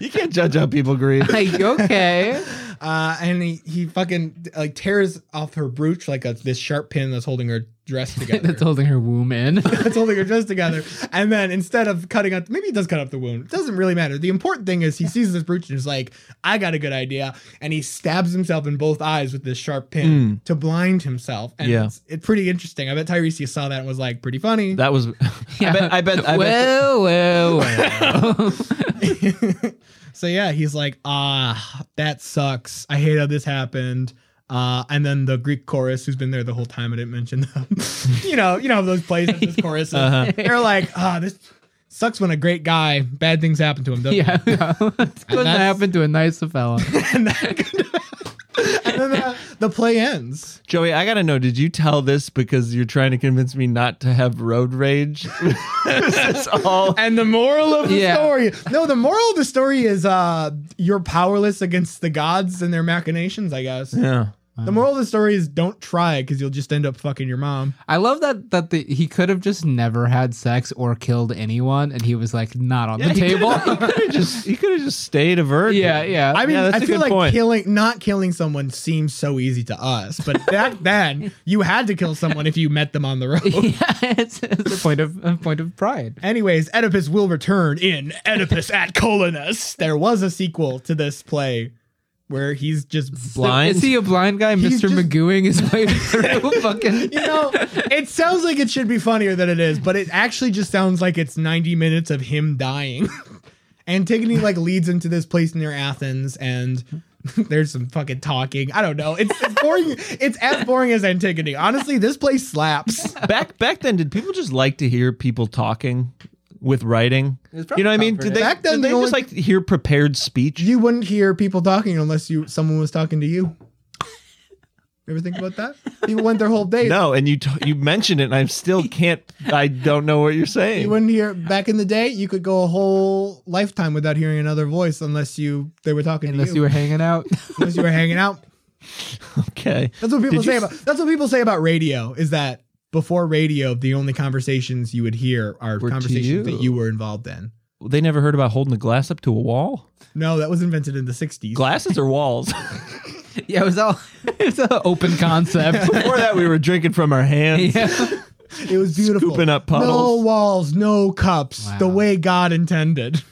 S6: You can't judge how people *laughs* grieve.
S5: like, okay.
S4: Uh, and he, he fucking like tears off her brooch like a this sharp pin that's holding her
S5: *laughs*
S4: dress together.
S5: *laughs* That's holding her womb *laughs* in.
S4: that's holding her dress together. And then instead of cutting up, maybe he does cut up the wound. It doesn't really matter. The important thing
S5: *laughs*
S4: is he sees this brooch and is like, I got a good idea. And he stabs himself in both eyes with this sharp
S5: Hmm.
S4: pin to blind himself. And
S6: Yeah.
S4: it's, it's pretty interesting. I bet Tyrese you saw that and was like, pretty funny.
S6: That was. *laughs* I bet. I bet. I bet
S5: well, well, well.
S4: *laughs* so yeah, he's like, ah, that sucks. I hate how this happened. Uh, and then the Greek chorus, who's been there the whole time, I didn't mention them. *laughs* you know, you know how those plays
S5: *laughs*
S4: have those choruses.
S5: Uh-huh.
S4: They're like, ah, this sucks when a great guy, bad things happen to him. Doesn't
S5: *laughs* *laughs* yeah. It's going to
S4: that's-
S5: happen to a nice *laughs* fella.
S4: it? and, that- and then the, the play ends.
S6: Joey, I gotta know. Did you tell this because you're trying to convince me not to have road rage? *laughs* It's all.
S4: And the moral of the
S5: Yeah.
S4: story, no, the moral of the story is, uh, you're powerless against the gods and their machinations. I guess
S6: *laughs* Yeah.
S4: the moral of the story is don't try because you'll just end up fucking your mom.
S5: I love that that the, he could have just never had sex or killed anyone, and he was like not on the
S6: he
S5: table. *laughs*
S6: could have just. You could have just stayed a virgin.
S5: yeah, yeah.
S4: I mean,
S6: Yeah, that's
S4: I
S6: a
S4: feel
S6: good
S4: like
S6: point.
S4: killing, not killing someone seems so easy to us,
S6: *laughs*
S4: but back then you had to kill someone if you met them on the
S6: *laughs*
S4: road.
S5: *laughs* yeah, it's, it's a point of a point of pride.
S4: Anyways, Oedipus will return in Oedipus at Colonus. There was a sequel to this play where he's just
S6: Blind?
S5: Is he a blind guy,
S4: He's
S5: Mister
S4: just-
S5: Magooing his *laughs* way through? fucking.
S4: You know, it sounds like it should be funnier than it is, but it actually just sounds like it's 90 minutes of him dying. *laughs* Antigone like leads him to this place near Athens and *laughs* there's some fucking talking. I don't know. It's, it's boring. It's as boring as Antigone. Honestly, this place slaps.
S6: back back then, did people just like to hear people talking with writing? You know
S5: probably
S6: what I mean?
S5: comforting.
S6: Did they,
S4: Back then,
S6: did
S4: the
S6: they just
S4: only-
S6: like to hear prepared speech?
S4: You wouldn't hear people talking unless you someone was talking to you. Ever think about that? People went their whole day.
S6: no, and you t- you mentioned it, and I still can't. I don't know what you're saying.
S4: You wouldn't hear back in the day. You could go a whole lifetime without hearing another voice unless you they were talking to
S5: Unless you were hanging out.
S4: unless you were hanging out.
S6: okay,
S4: That's what people
S6: Did
S4: say
S6: you-
S4: about that's what people say about radio is that before radio, the only conversations you would hear are
S6: Were to
S4: conversations
S6: you.
S4: that you were involved in.
S6: they never heard about holding a glass up to a wall.
S4: No, that was invented in the sixties.
S6: Glasses or
S4: *laughs*
S6: walls?
S5: *laughs* yeah, it was all *laughs* it was an open *laughs* concept.
S6: Before that, we were drinking from our hands.
S5: yeah. *laughs*
S4: It was beautiful.
S6: Scooping up
S4: No
S6: puddles.
S4: walls, no cups. The
S5: Wow.
S4: way God intended.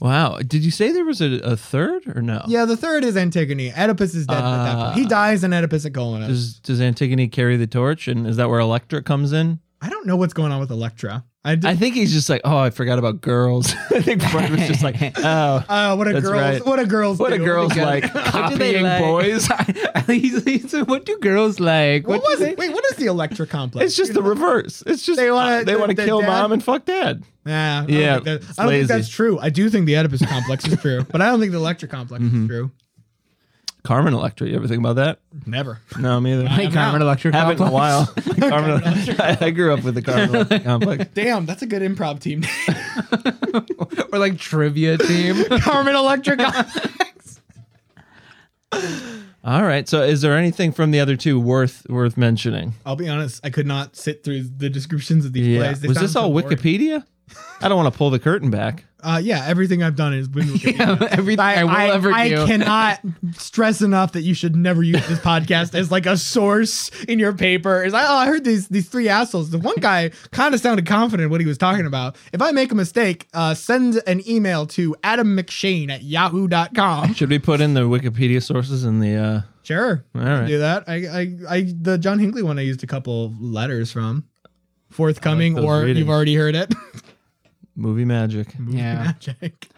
S6: Wow. Did you say there was a, a third or no?
S4: Yeah, the third is Antigone. Oedipus is dead. at that
S6: Uh,
S4: point. He dies in Oedipus at Colonus.
S6: Does Does Antigone carry the torch, and is that where Electra comes in?
S4: I don't know what's going on with Electra. I, did,
S6: I think he's just like, oh, I forgot about girls. *laughs* I think Fred was
S4: *laughs*
S6: just like, oh,
S4: uh, what a
S6: That's
S4: girls,
S6: right.
S4: what a girls,
S6: what a
S4: do.
S6: girl's like
S5: What do they
S6: copying
S4: *laughs*
S5: like?
S6: boys.
S5: He's- he's like, what do girls like?
S4: What,
S5: do
S4: was
S5: they-
S4: it? Wait, what is the Electra complex?
S6: It's just the reverse. It's just
S4: They
S6: they
S4: wanna-
S6: want to they want
S4: the
S6: to kill
S4: dad-
S6: mom and fuck dad.
S4: Nah, I don't
S6: Yeah,
S4: think that-
S6: it's
S4: I don't think
S6: lazy.
S4: that's true. I do think the
S6: *laughs*
S4: Oedipus complex is true, but I don't think the Electra complex
S6: Mm-hmm.
S4: is true.
S6: Carmen Electra. You ever think about that?
S4: Never.
S6: No, me either.
S5: Hey, Carmen Electra.
S6: *laughs* Haven't in a
S5: complex.
S4: *laughs*
S6: while. *laughs* Carmen, I, I grew up with the Carmen Electra complex.
S4: Damn, that's a good improv
S6: *laughs*
S4: team. name.
S5: Or *laughs* like trivia team.
S4: *laughs* Carmen Electra complex.
S6: All right. So, is there anything from the other two worth worth mentioning?
S4: I'll be honest, I could not sit through the descriptions of these plays. They
S6: Was
S4: sound
S6: this all
S4: so boring.
S6: Wikipedia? I don't want to pull the curtain back.
S4: Uh, yeah, everything I've done is
S6: *laughs*
S4: been Wikipedia.
S5: Everything I, will ever
S4: I
S5: do. *laughs*
S4: cannot stress enough that you should never use this podcast as like a source in your paper. Is like, oh, I heard these these three assholes. The one guy kind of sounded confident what he was talking about. If I make a mistake, uh, send an email to Adam McShane at yahoo.com.
S6: Should we put in the Wikipedia sources in the? uh
S4: Sure.
S6: All right.
S4: Do that. I, I I the John Hinckley one I used a couple letters from. Forthcoming,
S6: those
S4: or
S6: readings.
S4: you've already heard it. *laughs*
S6: Movie magic.
S5: Yeah,
S4: Jake.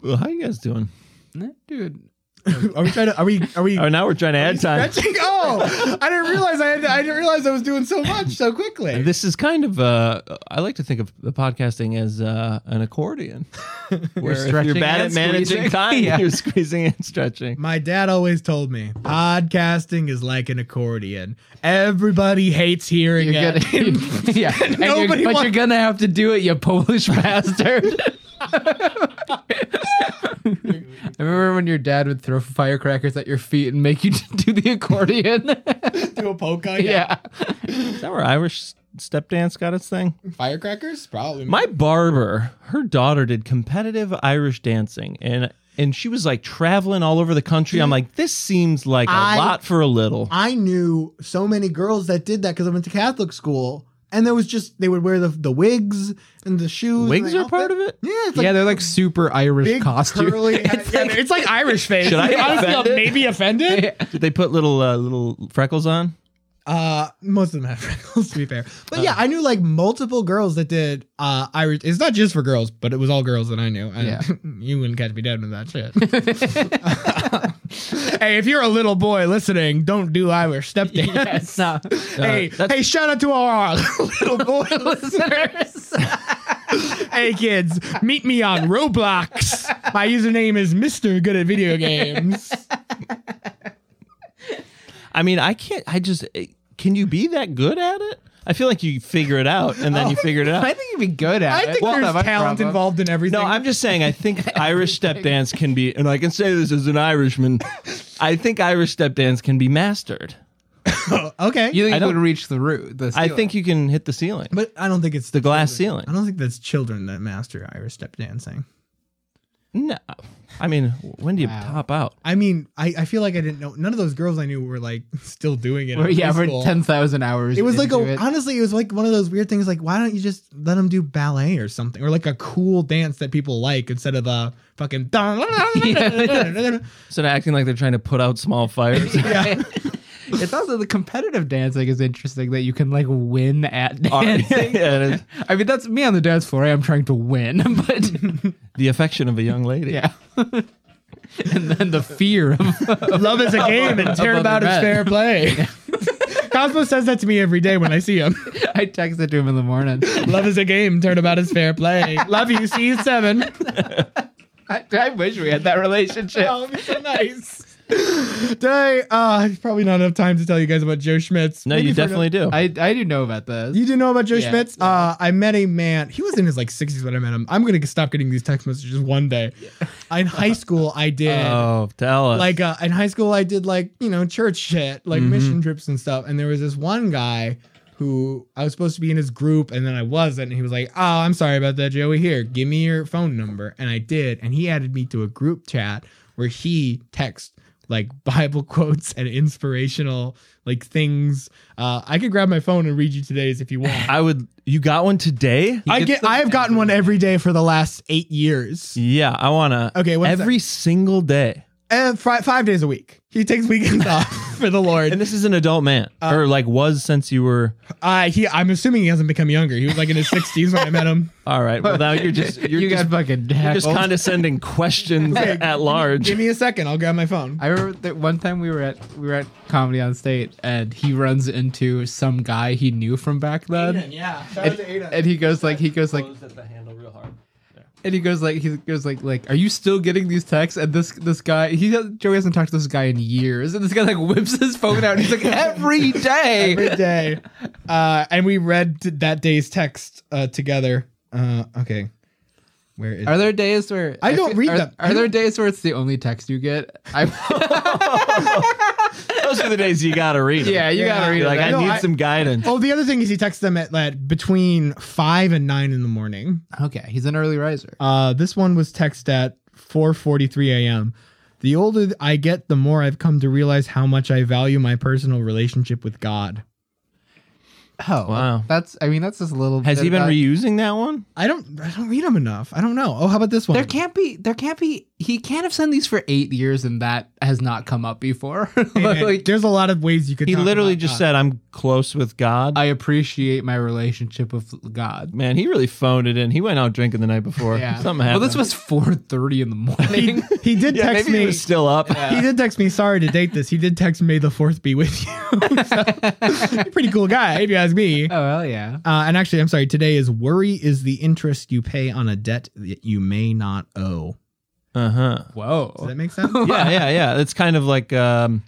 S6: Well, how you guys doing?
S5: *laughs* dude.
S4: Are we trying to? Are we? Are we?
S6: Oh, now we're trying to
S4: *laughs*
S6: add time.
S4: stretching? Oh, I didn't realize I, had, I didn't realize I was doing so much so quickly.
S6: This is kind of uh I like to think of the podcasting as uh an accordion. Where if *laughs* you're
S5: stretching
S6: bad at
S5: and squeezing.
S6: managing *laughs*
S5: *laughs*
S6: time,
S5: Yeah.
S6: you're squeezing and stretching.
S4: My dad always told me podcasting is like an accordion. Everybody hates hearing
S5: You're
S4: it.
S5: gonna, *laughs* yeah, and you're-
S4: Nobody
S5: but
S4: wants-
S5: you're gonna have to do it, you Polish bastard. I remember when your dad would throw firecrackers at your feet and make you *laughs* do the accordion.
S4: *laughs* Do a polka?
S5: yeah,
S6: Is that where Irish step dance got its thing?
S4: Firecrackers? Probably.
S6: My barber, her daughter did competitive Irish dancing and and she was like traveling all over the country. I'm like, this seems like a
S4: I-
S6: lot for a little.
S4: I knew so many girls that did that because I went to Catholic school. And there was just they would wear the the wigs and the shoes. and
S6: Wigs
S4: the
S6: are part of
S4: outfit.
S6: it?
S4: Yeah, it's like
S5: yeah, they're like super Irish
S4: big *laughs*
S5: costume.
S4: curly. it's, like, it's like Irish face.
S6: Should I be
S4: Honestly,
S6: offended?
S4: maybe offended?
S6: *laughs* Did they put little uh, little freckles on?
S4: Uh, most of them have freckles, *laughs* to be fair. But yeah, I knew like multiple girls that did uh Irish. It's not just for girls, but it was all girls that I knew. And
S5: Yeah.
S4: *laughs* you wouldn't catch me dead with that shit. hey, if you're a little boy listening, don't do Irish step dance.
S5: Yeah, it's not
S4: hey,
S6: Uh, that's-
S4: hey, shout out to all our *laughs* little boy listeners. hey, kids, meet me on Roblox. My username is Mister Good at Video Games.
S6: I mean, I can't. I just eh, can you be that good at it? I feel like you figure it out and then you figured it
S5: *laughs*
S6: out.
S5: I think you'd be good at
S4: I
S5: it.
S4: think
S5: Well,
S4: there's
S5: that's my
S4: talent
S5: problem.
S4: involved in everything.
S6: No, I'm just saying. I think Irish step dance can be, and I can say this as an Irishman. I think Irish step dance can be mastered.
S4: okay.
S5: You think
S6: I
S5: you would
S6: don't-
S5: reach the root? The
S6: I
S5: ceiling.
S6: think you can hit the ceiling,
S4: But I don't think it's
S6: the glass ceiling.
S4: I don't think that's children that master Irish step dancing.
S6: No, I mean, when do you top out?
S4: I mean, I, I feel like I didn't know. None of those girls I knew were like *laughs* still doing it. in
S5: We're- yeah,
S4: high
S5: we're
S4: school.
S5: ten thousand hours.
S4: It was like
S5: into
S4: a
S5: it.
S4: honestly, it was like one of those weird things. Like, why don't you just let them do ballet or something, or like a cool dance that people like instead of a fucking. *laughs* Yeah.
S6: Instead of acting like they're trying to put out small fires.
S5: It's also the competitive dancing is interesting that you can like win at *laughs*
S6: *laughs*
S5: dancing.
S6: Yeah, it is.
S5: I mean, that's me on the dance floor. I am trying to win, *laughs* but
S6: the affection of a young lady.
S5: yeah. *laughs* and then the fear of *laughs*
S4: Love is a game, and
S5: Above
S4: about
S5: the
S4: is
S5: red.
S4: fair
S5: *laughs*
S4: play. *laughs* Cosmo says that to me every day when I see him.
S5: I texted to him in the morning.
S4: Love is a game, turnabout is fair play. Love you, see you at seven.
S5: I, I wish we had that
S6: *laughs*
S5: relationship.
S4: *laughs* Oh, it'd be so nice. Today, uh, probably not enough time to tell you guys about Joe Schmitz.
S6: No,
S4: Maybe
S6: you
S4: for
S6: definitely do.
S5: I I do know about this.
S4: You do know about Joe
S5: Yeah,
S4: Schmitz? Uh, I met a man. He was in his like 60s when I met him. I'm gonna stop getting these text messages one day. In high school, I did
S6: *laughs* oh, tell us.
S4: like uh, in high school i did like you know church shit
S6: Mm-hmm.
S4: like mission trips and stuff and there was this one guy who i was supposed to be in his group and then i wasn't and he was like oh i'm sorry about that joey here give me your phone number and i did and he added me to a group chat where he texts like *laughs* bible quotes and inspirational like things uh, i could grab my phone and read you today's if you
S6: *laughs*
S4: want
S6: I would. You got one today?
S4: i get i have gotten one every day for the last eight years
S6: Yeah, I wanna.
S4: Okay, what's
S6: every single day.
S4: and fi- five days a week he takes weekends *laughs* off for the lord
S6: And this is an adult man, or like was since you were.
S4: Uh, he, I'm assuming he hasn't become younger. He was like in his 60s when I met him.
S6: All right. Well, now you're just
S5: *laughs*
S6: you're
S5: you
S6: just,
S5: got fucking
S6: *laughs* you're just
S5: heckled.
S6: condescending questions at
S4: *laughs*
S6: large.
S4: Give me a second. I'll grab my phone.
S5: I remember that one time we were at we were at comedy on state and he runs into some guy he knew from back then.
S4: yeah.
S5: and, and he goes like he goes like and he goes like he goes like like are you still getting these texts and this this guy he joey hasn't talked to this guy in years and this guy like *laughs* whips his phone out and he's like every day
S4: Every day. Uh, and we read t- that day's text uh, together. Uh, okay. Where is
S5: Are there days where
S4: I don't
S5: feel-
S4: read
S5: are,
S4: them. I
S5: Are there days where it's the only text you get? I, *laughs*
S6: *laughs* Those are the days you gotta read. 'em.
S5: yeah, you
S4: Yeah.
S5: gotta read
S6: You're like,
S5: it.
S6: I
S4: No,
S6: need
S4: I-
S6: some guidance.
S4: Oh, the other thing is he texts them at, at between five and nine in the morning.
S5: okay, he's an early riser.
S4: Uh, this one was text at 4:43 a.m. The older th- I get, the more I've come to realize how much I value my personal relationship with God.
S5: Oh,
S6: Wow.
S5: That's I mean that's just a little.
S6: Has
S5: bit
S6: he been
S5: about-
S6: reusing that one?
S4: I don't, I don't read them enough. I don't know. Oh, how about this one?
S5: There can't be. There can't be. He can't have sent these for eight years, and that has not come up before. *laughs*
S6: *laughs*
S4: Hey, man,
S5: Like,
S4: there's a lot of ways you could.
S6: He
S4: talk
S6: literally
S4: about
S6: just
S4: God.
S6: said, "I'm close with God."
S5: I appreciate my relationship with God.
S6: Man, he really phoned it in. He went out drinking the night before.
S5: Yeah.
S6: Something happened.
S5: Well, this was four thirty in the *laughs* morning.
S4: He did
S6: *laughs* yeah,
S4: text
S6: maybe he
S4: me.
S6: was still up.
S4: He did text me. Sorry to date this. He did text me. The fourth be with you. *laughs*
S6: *laughs*
S4: So, pretty cool guy, if you ask me.
S5: oh well, yeah.
S4: Uh, and actually, I'm sorry. Today is worry is the interest you pay on a debt that you may not owe.
S6: Uh huh.
S4: Does that
S5: Whoa.
S4: make
S6: *laughs*
S4: sense?
S6: Yeah, yeah, yeah. It's kind of like um.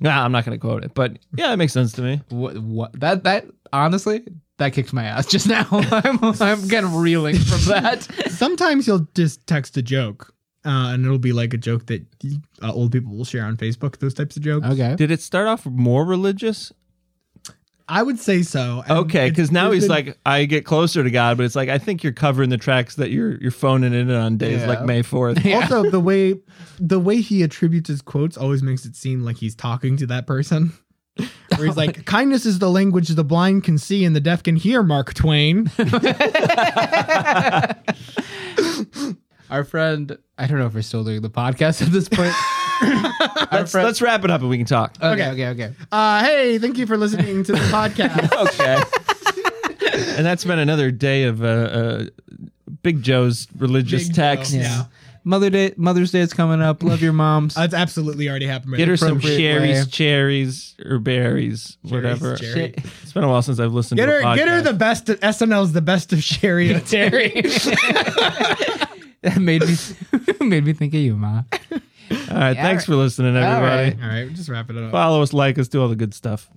S6: Nah, I'm not gonna quote it, but yeah, it makes sense to me.
S5: What, what? That that honestly, that kicked my ass just now. *laughs* I'm I'm getting reeling from that. *laughs*
S4: Sometimes you'll just text a joke, uh, and it'll be like a joke that uh, old people will share on Facebook. Those types of jokes.
S5: okay.
S6: Did it start off more religious?
S4: I would say so. And
S6: Okay,
S4: Um, it's-
S6: because now
S4: it's
S6: he's
S4: been-
S6: like, I get closer to God, but it's like I think you're covering the tracks that you're you're phoning in on days
S5: Yeah.
S6: like
S4: *laughs*
S6: May fourth.
S4: Also, the way the way he attributes his quotes always makes it seem like he's talking to that person. *laughs* Where he's
S6: *laughs*
S4: like, "Kindness is the language the blind can see and the deaf can hear." Mark
S6: *laughs*
S4: Twain.
S5: Our friend, I don't know if we're still doing the podcast at this *laughs* point. Our
S6: Let's,
S5: friend,
S6: let's wrap it up and we can
S4: *laughs*
S6: talk.
S5: okay, okay, okay.
S4: Uh, hey, thank you for listening
S6: *laughs*
S4: to the podcast.
S6: Okay. and that's been another day of uh, uh, Big Joe's religious
S4: Big Joe,
S6: text.
S4: yeah.
S5: Mother Day, Mother's Day is coming up. Love your *laughs* moms.
S4: That's absolutely already happened.
S6: Get her some
S5: Appropriate
S6: cherries,
S5: way.
S6: cherries, or berries, whatever.
S4: cherry.
S6: It's been a while since I've listened
S4: Get
S6: to
S4: her,
S6: a podcast.
S4: get her the best. Of, SNL's the best of
S6: *laughs*
S4: Sherry and Terry.
S5: that made me made me *laughs* think of you, ma.
S6: All right. thanks for listening, everybody.
S5: right.
S4: All right, just wrap it up.
S6: Follow us, like us, do all the good stuff.